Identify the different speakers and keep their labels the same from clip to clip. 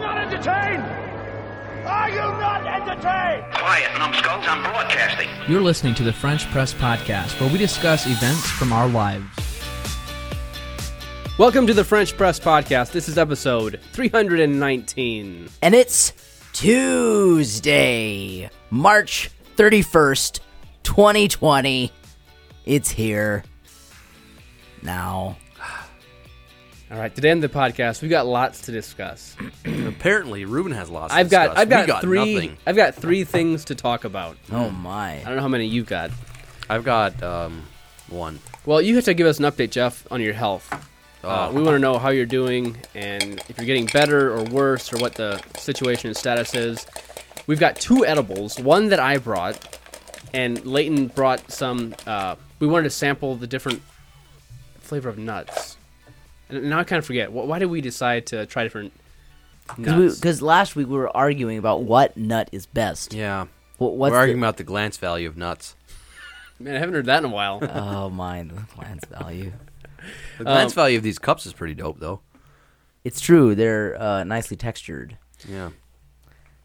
Speaker 1: entertained? Are you not entertained?
Speaker 2: Quiet, numbskulls, I'm broadcasting.
Speaker 3: You're listening to the French Press Podcast, where we discuss events from our lives.
Speaker 4: Welcome to the French Press Podcast. This is episode 319.
Speaker 5: and it's Tuesday, March 31st, 2020. It's here now.
Speaker 4: All right, today on the podcast, we've got lots to discuss.
Speaker 6: Apparently, Ruben has lost.
Speaker 4: I've got I've got, three
Speaker 6: Nothing.
Speaker 4: I've got three things to talk about.
Speaker 5: Oh
Speaker 6: Hmm.
Speaker 4: I
Speaker 5: my.
Speaker 4: don't know how many you've got.
Speaker 6: I've got um, one.
Speaker 4: Well, you have to give us an update, Jeff, on your health. Uh,
Speaker 6: Oh.
Speaker 4: we want to know how you're doing and if you're getting better or worse or what the situation and status is. We've got two edibles, one that I brought, and Leighton brought some. Uh, we wanted to sample the different flavor of nuts. And now I kind of forget. Wh- Why did we decide to try different nuts?
Speaker 5: Because last week we were arguing about what nut is best.
Speaker 6: Yeah,
Speaker 5: What, what's
Speaker 6: we're arguing
Speaker 5: the,
Speaker 6: about the glance value of nuts.
Speaker 4: Man, I haven't heard that in a while.
Speaker 5: Oh my, the plant's value.
Speaker 6: The
Speaker 4: Um,
Speaker 6: glance value of these cups is pretty dope, though.
Speaker 5: It's true, they're uh, nicely textured.
Speaker 6: Yeah,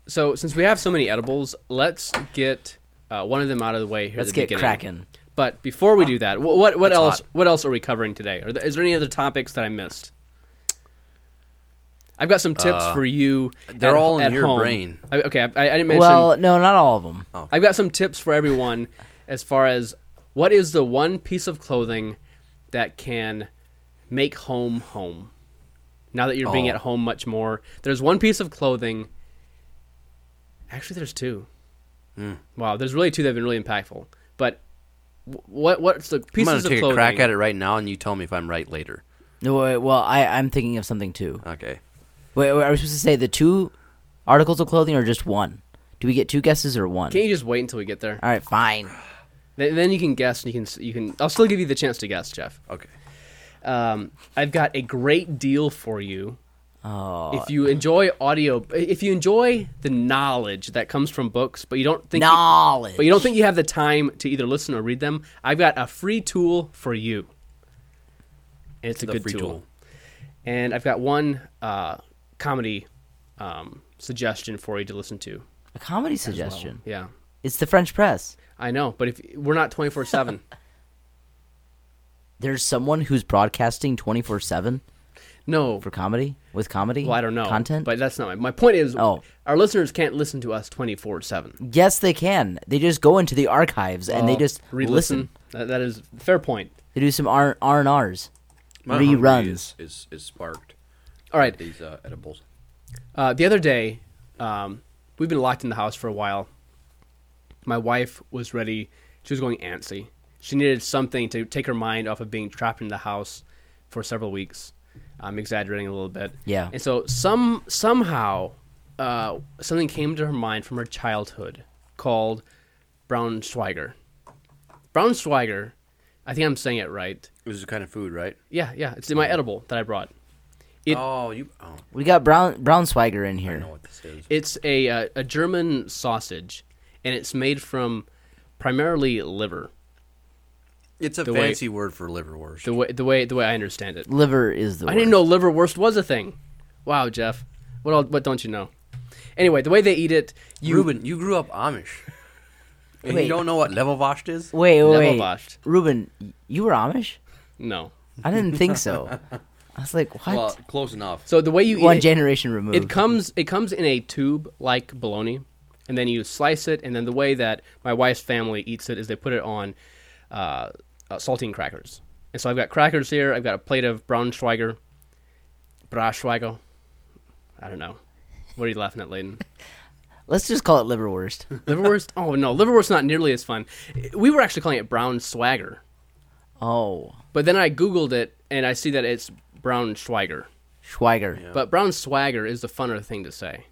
Speaker 4: so since we have so many edibles, let's get uh, one of them out of the way here. at
Speaker 5: Let's
Speaker 4: the
Speaker 5: get
Speaker 4: beginning.
Speaker 5: cracking.
Speaker 4: But before we do that, wh- what what
Speaker 6: That's
Speaker 4: else
Speaker 6: hot.
Speaker 4: what else are we covering today? Are there, is there any other topics that I missed? I've got some tips for you.
Speaker 6: Uh, they're
Speaker 4: at-
Speaker 6: all in
Speaker 4: at
Speaker 6: your
Speaker 4: home.
Speaker 6: brain.
Speaker 4: I, okay, I, I didn't mention.
Speaker 5: Well, no, not all of them.
Speaker 6: Oh.
Speaker 4: I've got some tips for everyone as far as what is the one piece of clothing that can make home home. Now that you're being
Speaker 6: Oh.
Speaker 4: at home much more, there's one piece of clothing. Actually, there's two.
Speaker 6: Hmm.
Speaker 4: Wow, there's really two that have been really impactful. But wh- what what's the
Speaker 6: I'm
Speaker 4: pieces
Speaker 6: gonna
Speaker 4: of
Speaker 6: take
Speaker 4: clothing?
Speaker 6: a crack at it right now, and you tell me if I'm right later.
Speaker 5: No, wait, well, I, I'm thinking of something too.
Speaker 6: Okay.
Speaker 5: Wait, wait, are we supposed to say the two articles of clothing or just one? Do we get two guesses or one?
Speaker 4: Can't you just wait until we get there?
Speaker 5: All right, fine.
Speaker 4: Then then you can guess. And you can s- you can. I'll still give you the chance to guess, Jeff.
Speaker 6: Okay.
Speaker 4: Um, I've got a great deal for you.
Speaker 5: Oh,
Speaker 4: if you enjoy audio if you enjoy the knowledge that comes from books but you don't think
Speaker 5: knowledge.
Speaker 4: but you don't think you have the time to either listen or read them i've got a free tool for you and it's a
Speaker 6: The
Speaker 4: good
Speaker 6: free
Speaker 4: tool.
Speaker 6: tool.
Speaker 4: and i've got one uh, comedy um, suggestion for you to listen to
Speaker 5: a comedy suggestion.
Speaker 4: yeah
Speaker 5: It's the French press.
Speaker 4: i know but if we're not 24-7
Speaker 5: There's someone who's broadcasting 24 seven
Speaker 4: no
Speaker 5: for comedy with comedy.
Speaker 4: well, i don't know
Speaker 5: content.
Speaker 4: but that's not my, my point is
Speaker 5: Oh.
Speaker 4: our listeners can't listen to us 24-7
Speaker 5: yes, they can. They just go into the archives and they just
Speaker 4: Uh, re-listen That- that is fair point
Speaker 5: They do some R R and R's.
Speaker 6: My hungry
Speaker 5: Reruns.
Speaker 6: is, is is sparked.
Speaker 4: all right
Speaker 6: These uh, edibles.
Speaker 4: Uh, the other day, um, we've been locked in the house for a while. My wife was ready. She was going antsy. She needed something to take her mind off of being trapped in the house for several weeks. I'm exaggerating a little bit.
Speaker 5: Yeah.
Speaker 4: And so some somehow uh, something came to her mind from her childhood called Braunschweiger. Braunschweiger, I think I'm saying it right.
Speaker 6: This is the kind of food, right?
Speaker 4: Yeah, yeah. It's in my edible that I brought.
Speaker 6: Oh, you. Oh,
Speaker 5: We got Brown Brown Swagger in here.
Speaker 6: I know what this is.
Speaker 4: It's a uh, a German sausage, and it's made from primarily liver.
Speaker 6: It's a
Speaker 4: the way-
Speaker 6: fancy word for liverwurst.
Speaker 4: The way the way the way I understand it.
Speaker 5: Liver is the.
Speaker 4: I didn't
Speaker 5: word.
Speaker 4: know liverwurst was a thing. Wow, Jeff, what all, what don't you know? Anyway, the way they eat it, you
Speaker 6: Ruben, you grew up Amish, and
Speaker 5: Wait.
Speaker 6: you don't know what levelwashed is.
Speaker 5: Wait, wait, wait.
Speaker 4: Levelwashed.
Speaker 5: Ruben, y- you were Amish?
Speaker 4: no.
Speaker 5: I didn't think so. I was like, what?
Speaker 6: Well, close enough.
Speaker 4: So the way you
Speaker 5: One
Speaker 4: eat it,
Speaker 5: generation removed.
Speaker 4: it comes it comes in a tube like bologna, and then you slice it, and then the way that my wife's family eats it is they put it on uh, uh, saltine crackers. And so I've got crackers here. I've got a plate of Braunschweiger, Braunschweiger. I don't know. What are you laughing at, Layden?
Speaker 5: Let's just call it liverwurst.
Speaker 4: Liverwurst? Oh no, liverwurst not nearly as fun. We were actually calling it brown swagger,
Speaker 5: oh,
Speaker 4: but then I googled it and I see that it's brown schweiger.
Speaker 5: Schweiger.
Speaker 4: But brown swagger is the funner thing to say.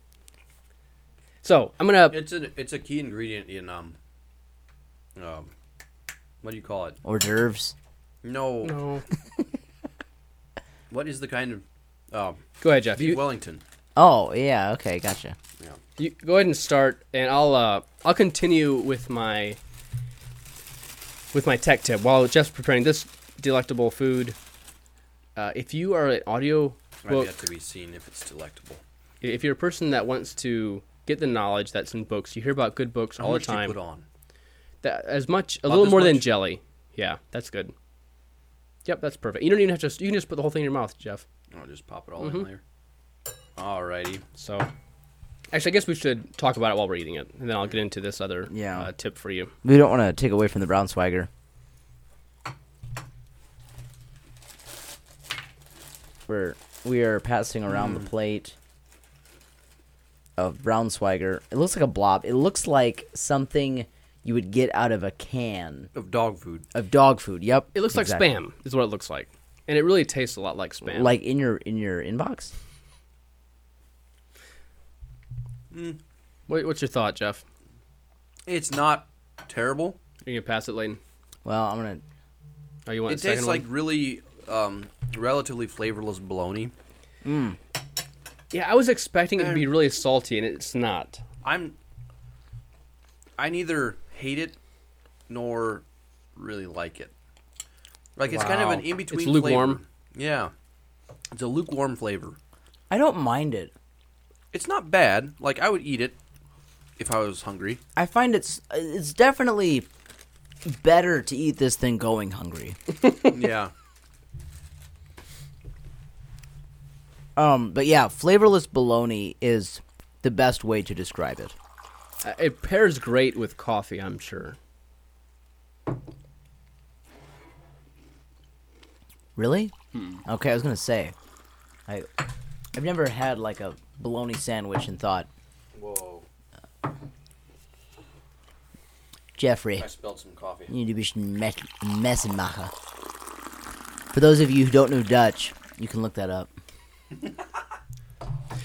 Speaker 4: So I'm gonna
Speaker 6: It's a it's a key ingredient in um um what do you call it?
Speaker 5: Hors d'oeuvres.
Speaker 6: No. What is the kind of um
Speaker 4: go ahead, Jeff. You,
Speaker 6: Wellington?
Speaker 5: Oh yeah, okay, gotcha.
Speaker 4: you go ahead and start, and I'll uh, I'll continue with my with my tech tip while Jeff's preparing this delectable food. Uh, if you are an audio
Speaker 6: Might
Speaker 4: book
Speaker 6: have to be seen if it's delectable.
Speaker 4: if you're a person that wants to get the knowledge that's in books, you hear about good books
Speaker 6: How
Speaker 4: all
Speaker 6: much
Speaker 4: the time.
Speaker 6: Do you put on?
Speaker 4: That, as much, a
Speaker 6: About
Speaker 4: little
Speaker 6: this
Speaker 4: more than
Speaker 6: much?
Speaker 4: jelly. Yeah, that's good. Yep, that's perfect. You don't even have to. You can just put the whole thing in your mouth, Jeff.
Speaker 6: I'll just pop it all in there. Alrighty.
Speaker 4: So, actually, I guess we should talk about it while we're eating it, and then I'll get into this other
Speaker 5: Yeah.
Speaker 4: uh, tip for you.
Speaker 5: We don't want to take away from the brown swagger. We're we are passing around
Speaker 4: Hmm.
Speaker 5: the plate of brown swagger. It looks like a blob. It looks like something you would get out of a can
Speaker 6: Of dog food.
Speaker 5: of dog food. Yep.
Speaker 4: It looks
Speaker 5: exactly.
Speaker 4: like spam, is what it looks like, and it really tastes a lot like spam.
Speaker 5: Like in your in your inbox.
Speaker 4: what, what's your thought, Jeff?
Speaker 6: It's not terrible.
Speaker 4: Are you gonna pass it, Layton?
Speaker 5: Well, I'm gonna.
Speaker 4: Oh, you want
Speaker 6: It
Speaker 4: the second
Speaker 6: tastes like
Speaker 4: one?
Speaker 6: really um, relatively flavorless bologna.
Speaker 4: Yeah, I was expecting it to be really salty, and it's not.
Speaker 6: I'm I neither hate it nor really like it. Like it's kind of
Speaker 4: Wow.
Speaker 6: an in between.
Speaker 4: It's lukewarm.
Speaker 6: Flavor. Yeah, it's a lukewarm flavor.
Speaker 5: I don't mind it.
Speaker 6: It's not bad. Like I would eat it if I was hungry.
Speaker 5: I find it's it's definitely better to eat this than going hungry.
Speaker 6: yeah,
Speaker 5: Um, but yeah, flavorless bologna is the best way to describe it.
Speaker 4: Uh, It pairs great with coffee, I'm sure.
Speaker 5: Really? Okay, I was gonna say, I I've never had like a bologna sandwich and thought,
Speaker 6: Whoa!
Speaker 5: Jeffrey,
Speaker 6: spilled some coffee.
Speaker 5: you need to be some mes- messenmacher. For those of you who don't know Dutch, you can look that up.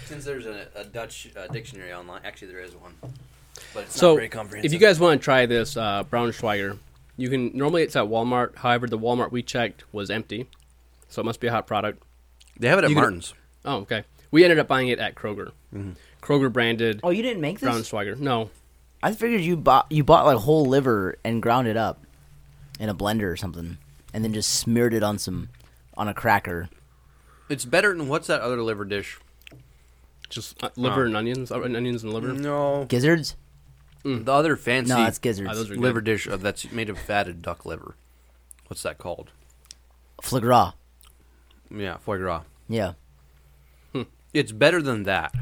Speaker 6: Since there's a, a Dutch uh, dictionary online, actually there is one, but it's
Speaker 4: so, if you guys want to try this uh, Braunschweiger, you can. Normally, it's at Walmart. However, the Walmart we checked was empty, so it must be a hot product.
Speaker 6: they have it at
Speaker 4: can-
Speaker 6: Martin's.
Speaker 4: Oh, okay. We ended up buying it at Kroger.
Speaker 5: Mm-hmm.
Speaker 4: Kroger branded
Speaker 5: Oh, you didn't make this?
Speaker 4: Braunschweiger. No,
Speaker 5: I figured you bought you bought like whole liver and ground it up in a blender or something, and then just smeared it on some on a cracker.
Speaker 6: It's better than what's that other liver dish?
Speaker 4: just uh, liver and onions, uh, and onions and liver.
Speaker 6: No,
Speaker 5: Gizzards?
Speaker 6: the other fancy.
Speaker 5: No, it's gizzards.
Speaker 4: Ah, those are good.
Speaker 6: liver dish of that's made of fatted duck liver. What's that called?
Speaker 5: Foie gras.
Speaker 6: Yeah, foie gras.
Speaker 5: Yeah,
Speaker 6: It's better than that.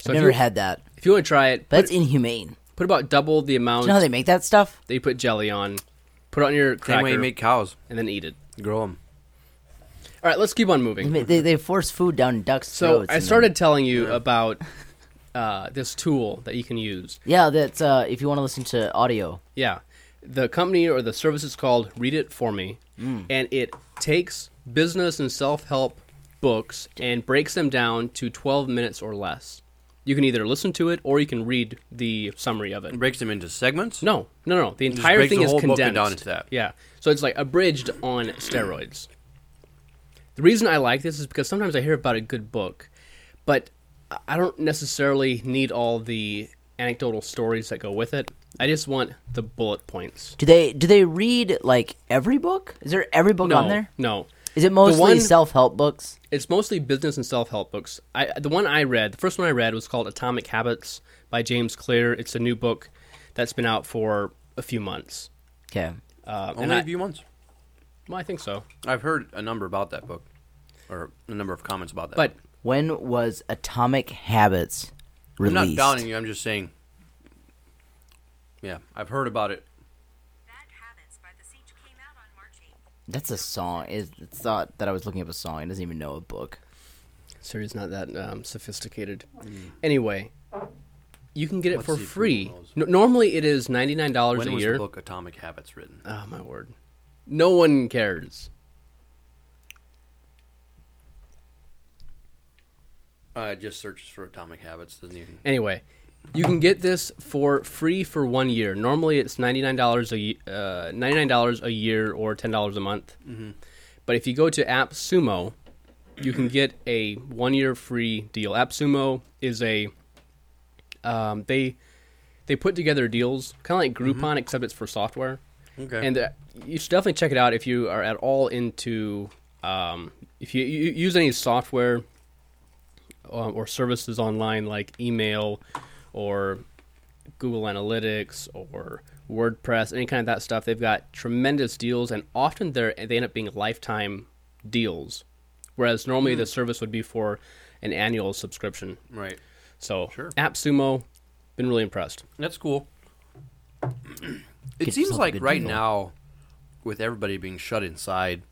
Speaker 4: So
Speaker 5: I've
Speaker 4: if
Speaker 5: never
Speaker 4: you-
Speaker 5: had that.
Speaker 4: If you want to try it,
Speaker 5: But
Speaker 4: put,
Speaker 5: that's inhumane.
Speaker 4: put about double the amount
Speaker 5: You know how they make that stuff?
Speaker 4: that you put jelly on. Put it on your
Speaker 6: Same way
Speaker 4: cracker
Speaker 6: you make cows,
Speaker 4: and then eat it.
Speaker 6: grow them.
Speaker 4: All right, let's keep on
Speaker 5: They
Speaker 4: moving.
Speaker 5: ma- They, they force food down ducks'
Speaker 4: So
Speaker 5: throats.
Speaker 4: I
Speaker 5: and then-
Speaker 4: started telling you about uh, this tool that you can use.
Speaker 5: yeah, that's uh, if you want to listen to audio.
Speaker 4: Yeah, the company or the service is called Read It For Me,
Speaker 6: Mm.
Speaker 4: and it takes business and self-help books and breaks them down to 12 minutes or less. You can either listen to it or you can read the summary of it.
Speaker 6: It breaks them into segments.
Speaker 4: No, no, no. no. The entire
Speaker 6: breaks
Speaker 4: thing
Speaker 6: the
Speaker 4: is
Speaker 6: whole book
Speaker 4: condensed.
Speaker 6: down into that.
Speaker 4: Yeah. So it's like abridged on steroids. The reason I like this is because sometimes I hear about a good book, but I- I don't necessarily need all the anecdotal stories that go with it. I just want the bullet points.
Speaker 5: Do they do they read like every book? Is there every book
Speaker 4: No,
Speaker 5: on there?
Speaker 4: no.
Speaker 5: Is it
Speaker 4: The
Speaker 5: mostly
Speaker 4: one-
Speaker 5: self help books?
Speaker 4: It's mostly business and self help books. I the one I read, the first one I read was called Atomic Habits by James Clear. It's a new book that's been out for a few months.
Speaker 5: Okay.
Speaker 4: Um,
Speaker 5: Uh,
Speaker 4: and
Speaker 6: only
Speaker 4: I-
Speaker 6: a few months.
Speaker 4: Well, I think so.
Speaker 6: I've heard a number about that book, or a number of comments about that.
Speaker 4: But
Speaker 5: When was Atomic Habits
Speaker 6: I'm
Speaker 5: released?
Speaker 6: not downing you. I'm just saying. Yeah, I've heard about it.
Speaker 7: Bad Habits by The Siege came out on March 8th.
Speaker 5: That's a song. It, it thought that I was looking up a song. It doesn't even know a book.
Speaker 4: Siri's not that um, sophisticated. Anyway, you can get it
Speaker 6: Mm. Let's
Speaker 4: for
Speaker 6: see if
Speaker 4: free.
Speaker 6: Google knows.
Speaker 4: No, normally, it is ninety nine dollars
Speaker 6: When
Speaker 4: a
Speaker 6: was
Speaker 4: year.
Speaker 6: the book Atomic Habits written?
Speaker 4: Oh my word! No one cares.
Speaker 6: Uh, it just searches for Atomic Habits. Doesn't even.
Speaker 4: Anyway, you can get this for free for one year. Normally, it's ninety nine dollars a ye- uh, ninety nine dollars a year or ten dollars a month. But if you go to AppSumo, you can get a one year free deal. AppSumo is a um, they they put together deals kind of like Groupon, except it's for software.
Speaker 6: Okay.
Speaker 4: And uh, you should definitely check it out if you are at all into um, if you, you use any software um, or services online like email or Google Analytics or WordPress, any kind of that stuff. They've got tremendous deals, and often they they end up being lifetime deals, whereas normally the service would be for an annual subscription.
Speaker 6: Right.
Speaker 4: So
Speaker 6: Sure.
Speaker 4: AppSumo, been really impressed.
Speaker 6: That's cool. It
Speaker 5: Get
Speaker 6: seems
Speaker 5: yourself a
Speaker 6: like
Speaker 5: good
Speaker 6: right
Speaker 5: deal.
Speaker 6: now, with everybody being shut inside,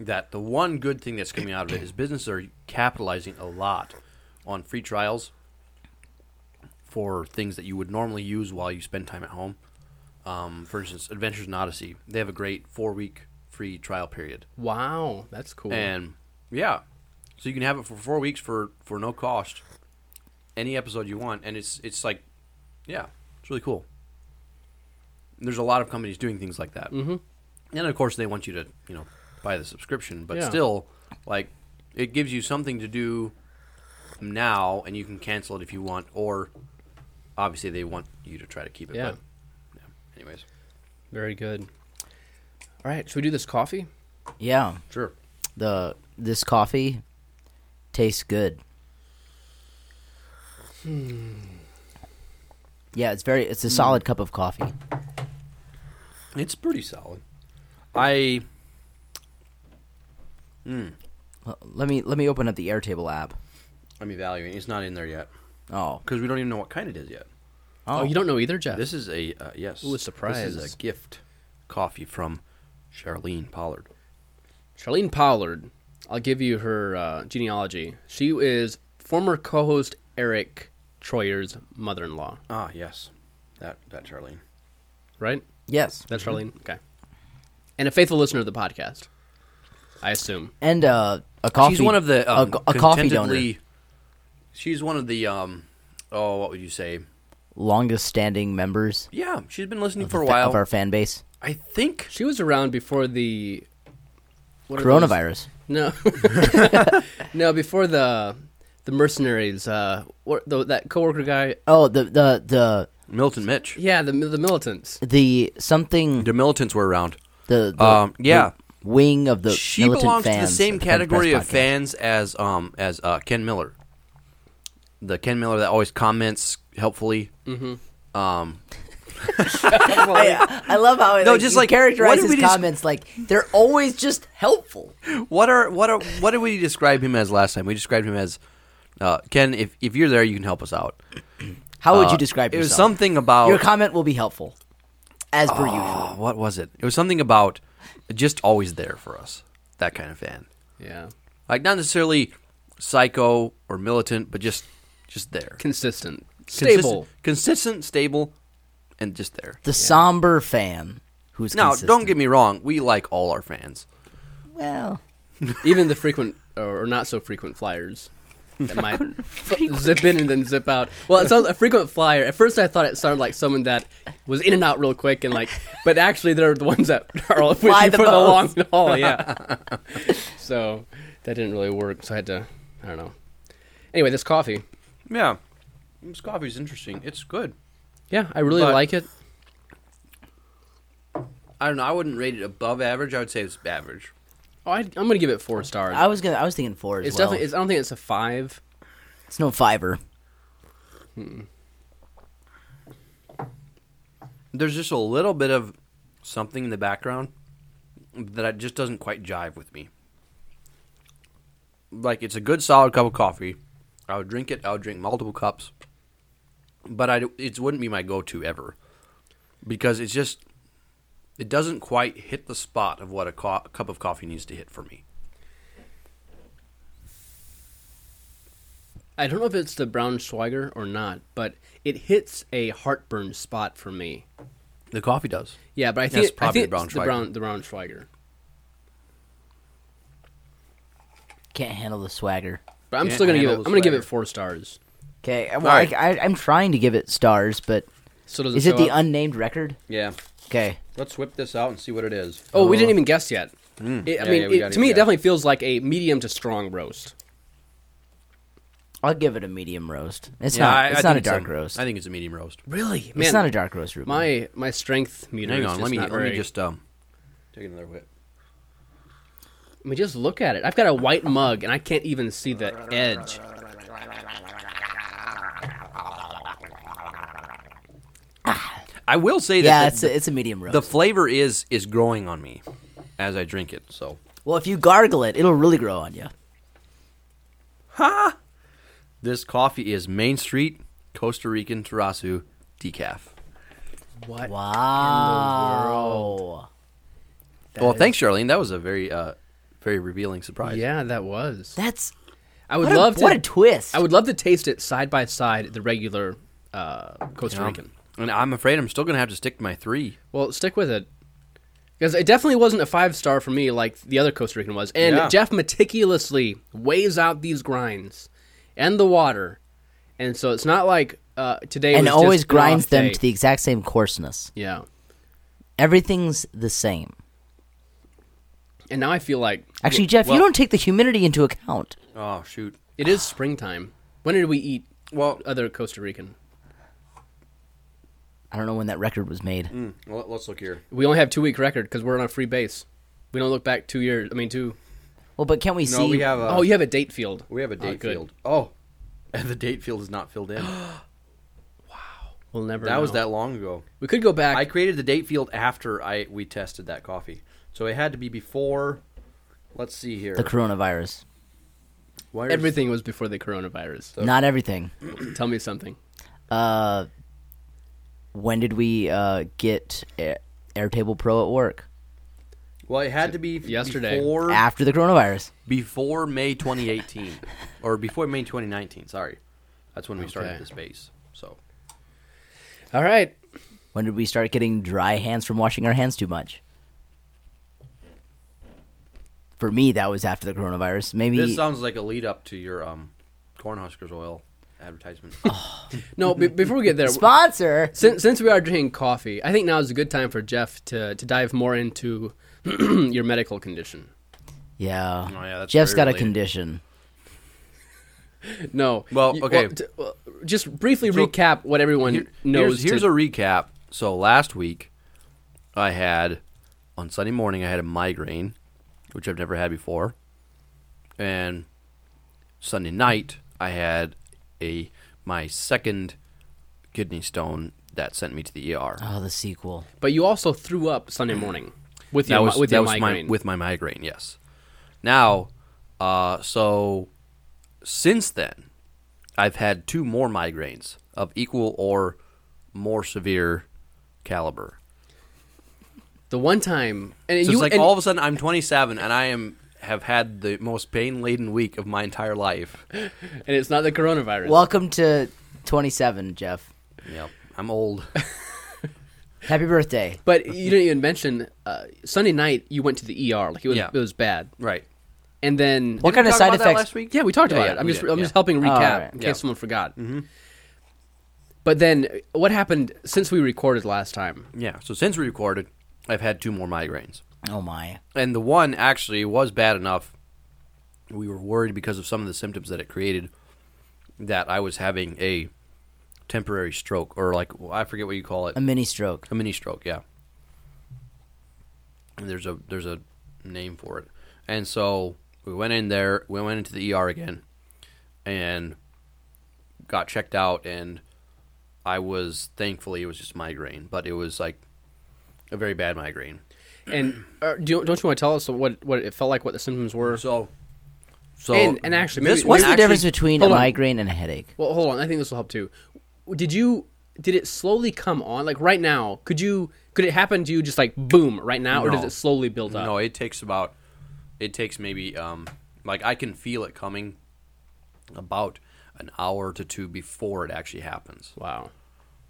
Speaker 6: that the one good thing that's coming out of it is businesses are capitalizing a lot on free trials for things that you would normally use while you spend time at home. Um, for instance, Adventures in Odyssey, they have a great four week free trial period.
Speaker 4: Wow, that's cool.
Speaker 6: And yeah, so you can have it for four weeks for for no cost, any episode you want, and it's it's like, yeah, it's really cool. And there's a lot of companies doing things like that, mm-hmm. and of course they want you to you know buy the subscription, but
Speaker 4: Yeah.
Speaker 6: still, like, it gives you something to do now, and you can cancel it if you want, or obviously they want you to try to keep it.
Speaker 4: Yeah.
Speaker 6: But, yeah. Anyways,
Speaker 4: Very good. All right, should we do this coffee?
Speaker 5: Yeah,
Speaker 6: sure.
Speaker 5: the this coffee tastes good.
Speaker 6: Hmm.
Speaker 5: Yeah, it's very. It's a solid cup of coffee.
Speaker 6: It's pretty solid. I
Speaker 5: L- Let me let me open up the Airtable app.
Speaker 6: I'm evaluating. It's not in there yet.
Speaker 5: Oh,
Speaker 6: because we don't even know what kind it is yet.
Speaker 4: Oh, you don't know either, Jeff.
Speaker 6: This is a uh, yes.
Speaker 4: Ooh, a surprise.
Speaker 6: This is a gift coffee from Charlene Pollard.
Speaker 4: Charlene Pollard. I'll give you her uh, genealogy. She is former co-host Eric Troyer's mother-in-law,
Speaker 6: Ah, yes, that that Charlene.
Speaker 4: right?
Speaker 5: yes,
Speaker 4: That's Charlene. Okay. And a faithful listener to the podcast, I assume.
Speaker 5: and uh, a coffee.
Speaker 6: She's one of the
Speaker 5: a
Speaker 6: um,
Speaker 5: co- a, coffee donor,
Speaker 6: contentedly- She's one of the um, oh, what would you say?
Speaker 5: longest standing members
Speaker 6: Yeah, she's been listening
Speaker 5: of
Speaker 6: for
Speaker 5: the
Speaker 6: a
Speaker 5: fa-
Speaker 6: while.
Speaker 5: of our fan base.
Speaker 6: I think
Speaker 4: She was around before the what are those?
Speaker 5: Coronavirus.
Speaker 4: No, no, before the the mercenaries. Uh, what, the, that coworker guy.
Speaker 5: Oh, the the the
Speaker 6: Milton Mitch.
Speaker 4: Yeah, the the militants.
Speaker 5: the something
Speaker 6: The militants were around.
Speaker 5: the, the
Speaker 6: Um, yeah.
Speaker 5: the wing of the
Speaker 6: she
Speaker 5: militant
Speaker 6: belongs to the
Speaker 5: fans
Speaker 6: same
Speaker 5: of the Pen
Speaker 6: category
Speaker 5: Press
Speaker 6: of
Speaker 5: podcast.
Speaker 6: fans as um as uh, Ken Miller. The Ken Miller that always comments helpfully. Mm-hmm. Um,
Speaker 5: I love how it,
Speaker 6: No,
Speaker 5: like,
Speaker 6: just
Speaker 5: you
Speaker 6: like, what
Speaker 5: characterize
Speaker 6: did
Speaker 5: his
Speaker 6: we just-
Speaker 5: comments like they're always just helpful.
Speaker 6: What are what are what did we describe him as last time? We described him as uh, Ken. If if you're there, you can help us out.
Speaker 5: How would
Speaker 6: Uh,
Speaker 5: you describe
Speaker 6: it?
Speaker 5: yourself?
Speaker 6: Was something about
Speaker 5: Your comment will be helpful, as per usual.
Speaker 6: Oh, what was it? It was something about just always there for us. That kind of fan,
Speaker 4: Yeah,
Speaker 6: like not necessarily psycho or militant, but just just there,
Speaker 4: consistent,
Speaker 6: Consistent-
Speaker 4: stable.
Speaker 6: consistent, stable, and just there.
Speaker 5: The somber fan who's
Speaker 6: Now,
Speaker 5: consistent.
Speaker 6: don't get me wrong. We like all our fans.
Speaker 5: well.
Speaker 4: Even the frequent or not so frequent flyers that might zip in and then zip out. Well, it sounds a frequent flyer. At first, I thought it sounded like someone that was in and out real quick and like, but actually, they're the ones that are with
Speaker 5: Fly
Speaker 4: you
Speaker 5: the
Speaker 4: for the long
Speaker 5: most.
Speaker 4: haul. Yeah. so that didn't really work. So I had to. I don't know. Anyway, this coffee.
Speaker 6: Yeah, this coffee's interesting. It's good.
Speaker 4: Yeah, I really
Speaker 6: But-
Speaker 4: like it.
Speaker 6: I don't know. I wouldn't rate it above average. I would say it's average.
Speaker 4: Oh, I, I'm gonna give it four stars.
Speaker 5: I was gonna. I was thinking four as
Speaker 4: it's
Speaker 5: well.
Speaker 4: definitely. It's, I don't think it's a five.
Speaker 5: it's no fiver.
Speaker 6: there's just a little bit of something in the background that I- just doesn't quite jive with me. Like it's a good solid cup of coffee. I would drink it. I would drink multiple cups, but I it wouldn't be my go-to ever because it's just it doesn't quite hit the spot of what a co- cup of coffee needs to hit for me.
Speaker 4: I don't know if it's the brown Schweiger or not, but it hits a heartburn spot for me.
Speaker 6: The coffee does.
Speaker 4: Yeah, but I
Speaker 6: That's
Speaker 4: think, I
Speaker 6: probably
Speaker 4: think
Speaker 6: the
Speaker 4: it's the
Speaker 6: Braunschweiger.
Speaker 4: brown the brown Schweiger.
Speaker 5: Can't handle the swagger.
Speaker 4: But I'm
Speaker 6: Can't
Speaker 4: still gonna give it. I'm
Speaker 6: handle
Speaker 4: gonna
Speaker 6: the
Speaker 4: give it
Speaker 6: Schweiger.
Speaker 4: four stars.
Speaker 5: Okay. Well,
Speaker 6: right.
Speaker 5: I, I, I'm trying to give it stars, but
Speaker 4: So does
Speaker 5: is
Speaker 4: it
Speaker 5: it the
Speaker 4: show up?
Speaker 5: unnamed record?
Speaker 6: Yeah.
Speaker 5: Okay.
Speaker 6: Let's whip this out and see what it is.
Speaker 4: oh, we didn't even guess yet. It- I
Speaker 6: Yeah,
Speaker 4: mean,
Speaker 6: yeah, we
Speaker 4: it-
Speaker 6: gotta
Speaker 4: to me,
Speaker 6: even
Speaker 4: it definitely feels like a medium to strong roast.
Speaker 5: I'll give it a medium roast. It's not. it's not a dark roast.
Speaker 6: I think it's a medium roast.
Speaker 4: Really, man,
Speaker 5: it's not a dark roast, Ruben.
Speaker 4: My my strength meter.
Speaker 6: Hang
Speaker 4: is
Speaker 6: on,
Speaker 4: just
Speaker 6: let me um,
Speaker 4: not
Speaker 6: let me
Speaker 4: very-
Speaker 6: just um take another whip.
Speaker 4: I mean, just look at it. I've got a white mug, and I can't even see the edge.
Speaker 6: I will say that
Speaker 5: Yeah,
Speaker 6: the-
Speaker 5: it's a, it's a medium roast.
Speaker 6: the flavor is is growing on me as I drink it. So
Speaker 5: well, if you gargle it, it'll really grow on you.
Speaker 6: this coffee is Main Street Costa Rican Terrasu decaf.
Speaker 4: What?
Speaker 5: Wow.
Speaker 6: well, thanks, Charlene. That was a very uh, very revealing surprise.
Speaker 4: Yeah, that was.
Speaker 5: That's
Speaker 4: I would
Speaker 5: what,
Speaker 4: love
Speaker 5: a,
Speaker 4: to.
Speaker 5: what a twist.
Speaker 4: I would love to taste it side by side the regular uh, Costa
Speaker 6: Um,
Speaker 4: Rican.
Speaker 6: and I'm afraid I'm still gonna have to stick to my three.
Speaker 4: Well, stick with it. Because it definitely wasn't a five star for me like the other Costa Rican was. And
Speaker 6: Yeah.
Speaker 4: Jeff meticulously weighs out these grinds and the water. And so it's not like uh, today
Speaker 5: and
Speaker 4: was just
Speaker 5: always
Speaker 4: an
Speaker 5: grinds
Speaker 4: off
Speaker 5: them
Speaker 4: day.
Speaker 5: to the exact same coarseness.
Speaker 4: Yeah.
Speaker 5: Everything's the same.
Speaker 4: And now I feel like
Speaker 5: Actually, Jeff,
Speaker 4: well-
Speaker 5: you don't take the humidity into account.
Speaker 6: Oh shoot.
Speaker 4: it is springtime. When did we eat
Speaker 6: Well, uh,
Speaker 4: other Costa Rican?
Speaker 5: I don't know when that record was made.
Speaker 4: Mm.
Speaker 6: well let's look here.
Speaker 4: We only have two week record because we're on a free base. We don't look back two years. I mean, two.
Speaker 5: Well, but can't we
Speaker 6: No,
Speaker 5: see?
Speaker 6: we have a
Speaker 4: oh, you have a date field.
Speaker 6: Uh, we have a
Speaker 4: Oh,
Speaker 6: date
Speaker 4: good.
Speaker 6: field. Oh, and the date field is not filled in.
Speaker 4: We'll never.
Speaker 6: that was
Speaker 4: know.
Speaker 6: that long ago.
Speaker 4: We could go back.
Speaker 6: I created the date field after I we tested that coffee, so it had to be before. Let's see here.
Speaker 5: the coronavirus.
Speaker 6: Why is-
Speaker 4: Everything was before the coronavirus.
Speaker 5: Not everything.
Speaker 4: Tell me something.
Speaker 5: Uh, when did we uh, get Air- Airtable Pro at work?
Speaker 6: Well, it had to be
Speaker 4: Yesterday.
Speaker 6: before,
Speaker 5: After the coronavirus.
Speaker 6: before May 2018 or before May 2019. Sorry, that's when we started
Speaker 4: Okay.
Speaker 6: this base. So
Speaker 4: All right.
Speaker 5: When did we start getting dry hands from washing our hands too much? For me, that was after the coronavirus. Maybe
Speaker 6: this sounds like a lead up to your um, Cornhuskers oil advertisement.
Speaker 4: No, be- before we get there,
Speaker 5: sponsor.
Speaker 4: since since we are drinking coffee, I think now is a good time for Jeff to to dive more into your medical condition.
Speaker 5: Yeah.
Speaker 6: Oh, yeah, that's
Speaker 5: Jeff's
Speaker 6: very
Speaker 5: got a
Speaker 6: related.
Speaker 5: condition.
Speaker 4: No.
Speaker 6: Well,
Speaker 4: You-
Speaker 6: okay.
Speaker 4: t- well, just briefly
Speaker 6: So,
Speaker 4: recap what everyone
Speaker 6: Here-
Speaker 4: knows.
Speaker 6: Here's, here's
Speaker 4: to-
Speaker 6: a recap. So last week, I had on Sunday morning I had a migraine, which I've never had before, and Sunday night I had a my second kidney stone that sent me to the ER.
Speaker 4: Uh,
Speaker 5: Oh, the sequel.
Speaker 4: but you also threw up Sunday morning with your
Speaker 6: that
Speaker 4: mi-
Speaker 6: was
Speaker 4: with
Speaker 6: that
Speaker 4: your
Speaker 6: was my
Speaker 4: migraine.
Speaker 6: with my migraine. Yes. Now, uh, so since then, I've had two more migraines of equal or more severe caliber.
Speaker 4: the one time, and
Speaker 6: So
Speaker 4: you
Speaker 6: it's like
Speaker 4: and-
Speaker 6: all of a sudden I'm 27 and I am have had the most pain laden week of my entire life.
Speaker 4: and it's not the coronavirus.
Speaker 5: Welcome to 27, Jeff.
Speaker 6: Yep, I'm old.
Speaker 5: Happy birthday.
Speaker 4: But you didn't even mention uh, Sunday night. You went to the ER. Like it was
Speaker 6: Yeah.
Speaker 4: it was bad.
Speaker 6: right.
Speaker 4: And then
Speaker 5: What kind of
Speaker 6: talk
Speaker 5: side
Speaker 6: about that
Speaker 5: effects?
Speaker 6: last week?
Speaker 4: Yeah, we talked
Speaker 6: Yeah,
Speaker 4: about
Speaker 6: yeah,
Speaker 4: it. I'm
Speaker 6: we
Speaker 4: just
Speaker 6: did,
Speaker 4: I'm
Speaker 6: yeah.
Speaker 4: just helping recap
Speaker 5: alright.
Speaker 4: in
Speaker 6: Yeah. Mm-hmm.
Speaker 4: case someone forgot. But then what happened since we recorded last time?
Speaker 6: Yeah. So since we recorded, I've had two more migraines.
Speaker 5: Oh my.
Speaker 6: and the one actually was bad enough. We were worried because of some of the symptoms that it created that I was having a temporary stroke or like well, I forget what you call it
Speaker 5: A mini stroke.
Speaker 6: a mini stroke, yeah. And there's a there's a name for it. And so we went in there, we went into the ER again and got checked out and I was thankfully it was just migraine, but it was like a very bad migraine.
Speaker 4: And uh, do you, don't you want to tell us what what it felt like? What the symptoms were?
Speaker 6: So, so
Speaker 4: And- and actually, maybe-
Speaker 5: What's the
Speaker 6: actually-
Speaker 5: difference between a
Speaker 4: hold on.
Speaker 5: migraine and a headache?
Speaker 4: Well, hold on. I think this will help too. Did you did it slowly come on? Like right now, could you could it happen to you just like boom right now, or does
Speaker 6: No.
Speaker 4: it slowly build up?
Speaker 6: No, it takes about. It takes maybe um like I can feel it coming, about an hour to two before it actually happens.
Speaker 4: Wow.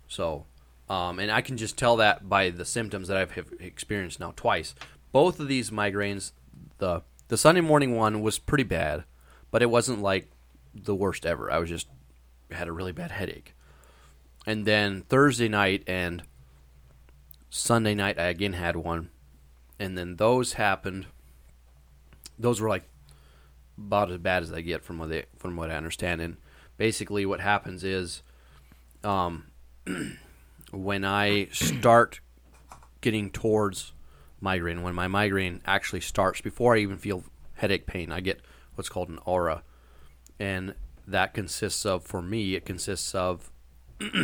Speaker 6: So, um, and I can just tell that by the symptoms that I've have experienced now twice. Both of these migraines, the the Sunday morning one was pretty bad, but it wasn't like the worst ever. I was just had a really bad headache, and then Thursday night and Sunday night I again had one, and then those happened. Those were like about as bad as they get from what they, from what I understand. And basically, what happens is when I start getting towards migraine, when my migraine actually starts before I even feel headache pain. I get what's called an aura, and that consists of for me it consists of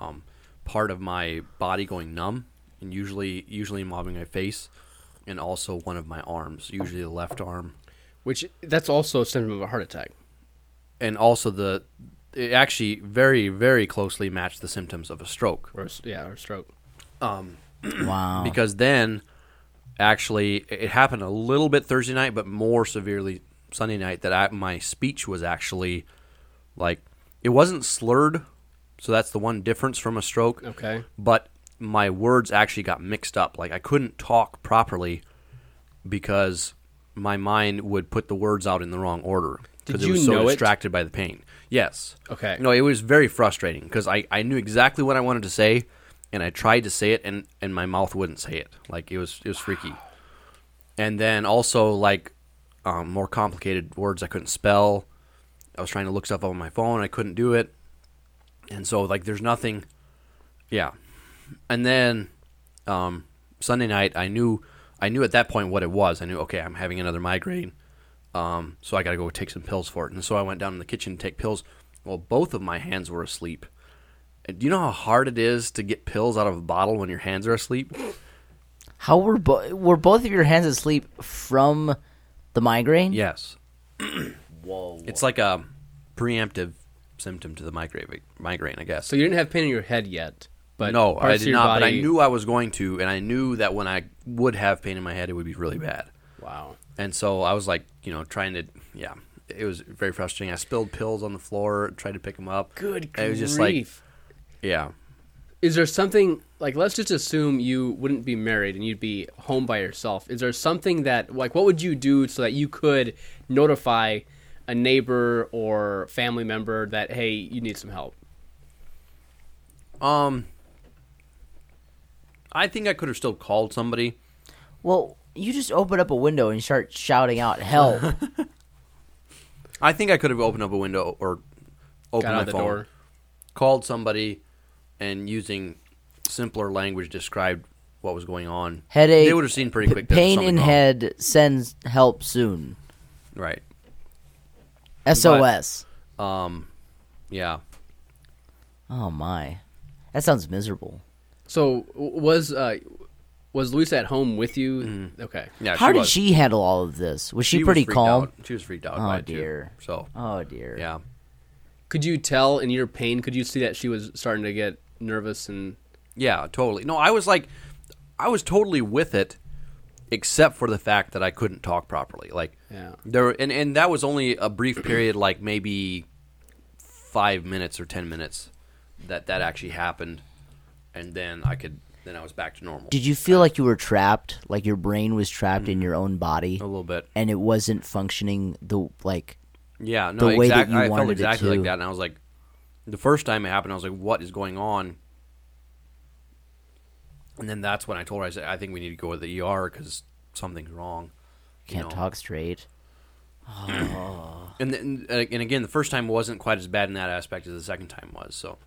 Speaker 6: um, part of my body going numb, and usually usually involving my face, and also one of my arms, usually the left arm,
Speaker 4: Which that's also a symptom of a heart attack.
Speaker 6: and also the it actually very very closely matched the symptoms of a stroke.
Speaker 4: Or s- yeah, or stroke.
Speaker 5: Wow.
Speaker 6: because then actually it- it happened a little bit Thursday night, but more severely Sunday night that I, my speech was actually like it wasn't slurred, so that's the one difference from a stroke.
Speaker 4: Okay.
Speaker 6: but my words actually got mixed up. Like I couldn't talk properly because my mind would put the words out in the wrong order
Speaker 4: Did
Speaker 6: because it
Speaker 4: you
Speaker 6: was so
Speaker 4: know it?
Speaker 6: distracted by the pain. Yes.
Speaker 4: Okay.
Speaker 6: No, it was very frustrating because I, I knew exactly what I wanted to say, and I tried to say it, and, and my mouth wouldn't say it. Like it was it was freaky. And then also like um, more complicated words I couldn't spell. I was trying to look stuff up on my phone. I couldn't do it. And so like there's nothing. Yeah. And then um, Sunday night I knew I knew at that point what it was. I knew okay I'm having another migraine. Um, so I got to go take some pills for it. And so I went down in the kitchen to take pills. Well, both of my hands were asleep. And do you know how hard it is to get pills out of a bottle when your hands are asleep?
Speaker 5: How were bo- were both of your hands asleep from the migraine?
Speaker 6: Yes. Whoa. It's like a preemptive symptom to the migraine, migraine I guess.
Speaker 4: So you didn't have pain in your head yet, but
Speaker 6: no,
Speaker 4: parts
Speaker 6: I
Speaker 4: of
Speaker 6: did
Speaker 4: your
Speaker 6: not. But I
Speaker 4: body-
Speaker 6: knew I was going to, and I knew that when I would have pain in my head, it would be really bad.
Speaker 4: Wow.
Speaker 6: And so I was like, you know, trying to, yeah, it was very frustrating. I spilled pills on the floor, tried to pick them up.
Speaker 4: Good
Speaker 6: It was just like,
Speaker 4: grief.
Speaker 6: yeah.
Speaker 4: is there something like let's just assume you wouldn't be married and you'd be home by yourself is there something that like what would you do so that you could notify a neighbor or family member that hey you need some help
Speaker 6: Um, I think I could have still called somebody.
Speaker 5: Well, you just open up a window and start shouting out help.
Speaker 6: I think I could have opened up a window or
Speaker 4: got
Speaker 6: opened
Speaker 4: out
Speaker 6: my
Speaker 4: the
Speaker 6: phone,
Speaker 4: door
Speaker 6: called somebody, and using simpler language described what was going on.
Speaker 5: Headache.
Speaker 6: They would have seen pretty
Speaker 5: p-
Speaker 6: quick. that there's
Speaker 5: Pain in
Speaker 6: something wrong.
Speaker 5: head sends help soon.
Speaker 6: Right.
Speaker 5: SOS.
Speaker 6: Um. Yeah.
Speaker 5: oh my, that sounds miserable.
Speaker 4: so w- was uh was luisa at home with you okay
Speaker 6: Mm-hmm. Yeah.
Speaker 5: How did
Speaker 6: was.
Speaker 5: she handle all of this? Was she,
Speaker 6: was
Speaker 5: pretty
Speaker 6: freaked
Speaker 5: calm?
Speaker 6: out. She was freaked out.
Speaker 5: Oh,
Speaker 6: by it, too.
Speaker 5: dear.
Speaker 6: So.
Speaker 5: Oh dear.
Speaker 6: Yeah.
Speaker 4: could you tell in your pain could you see that she was starting to get nervous and
Speaker 6: Yeah, totally. No, I was like, I was totally with it, except for the fact that I couldn't talk properly. Like,
Speaker 4: Yeah.
Speaker 6: there, and and that was only a brief period, like maybe five minutes or ten minutes, that that actually happened, and then I could, then I was back to normal.
Speaker 5: Did you feel like you were trapped? Like your brain was trapped in your own body,
Speaker 6: Mm-hmm. a little bit?
Speaker 5: and it wasn't functioning the like.
Speaker 6: Yeah, no,
Speaker 5: the way that
Speaker 6: exactly.
Speaker 5: you
Speaker 6: I felt
Speaker 5: wanted it
Speaker 6: exactly
Speaker 5: to.
Speaker 6: like that, and I was like, the first time it happened, I was like, "What is going on?" And then that's when I told her, I said, "I think we need to go to the ER because something's wrong." you
Speaker 5: Can't
Speaker 6: know?
Speaker 5: talk straight.
Speaker 6: And then, uh, and again, the first time wasn't quite as bad in that aspect as the second time was. So,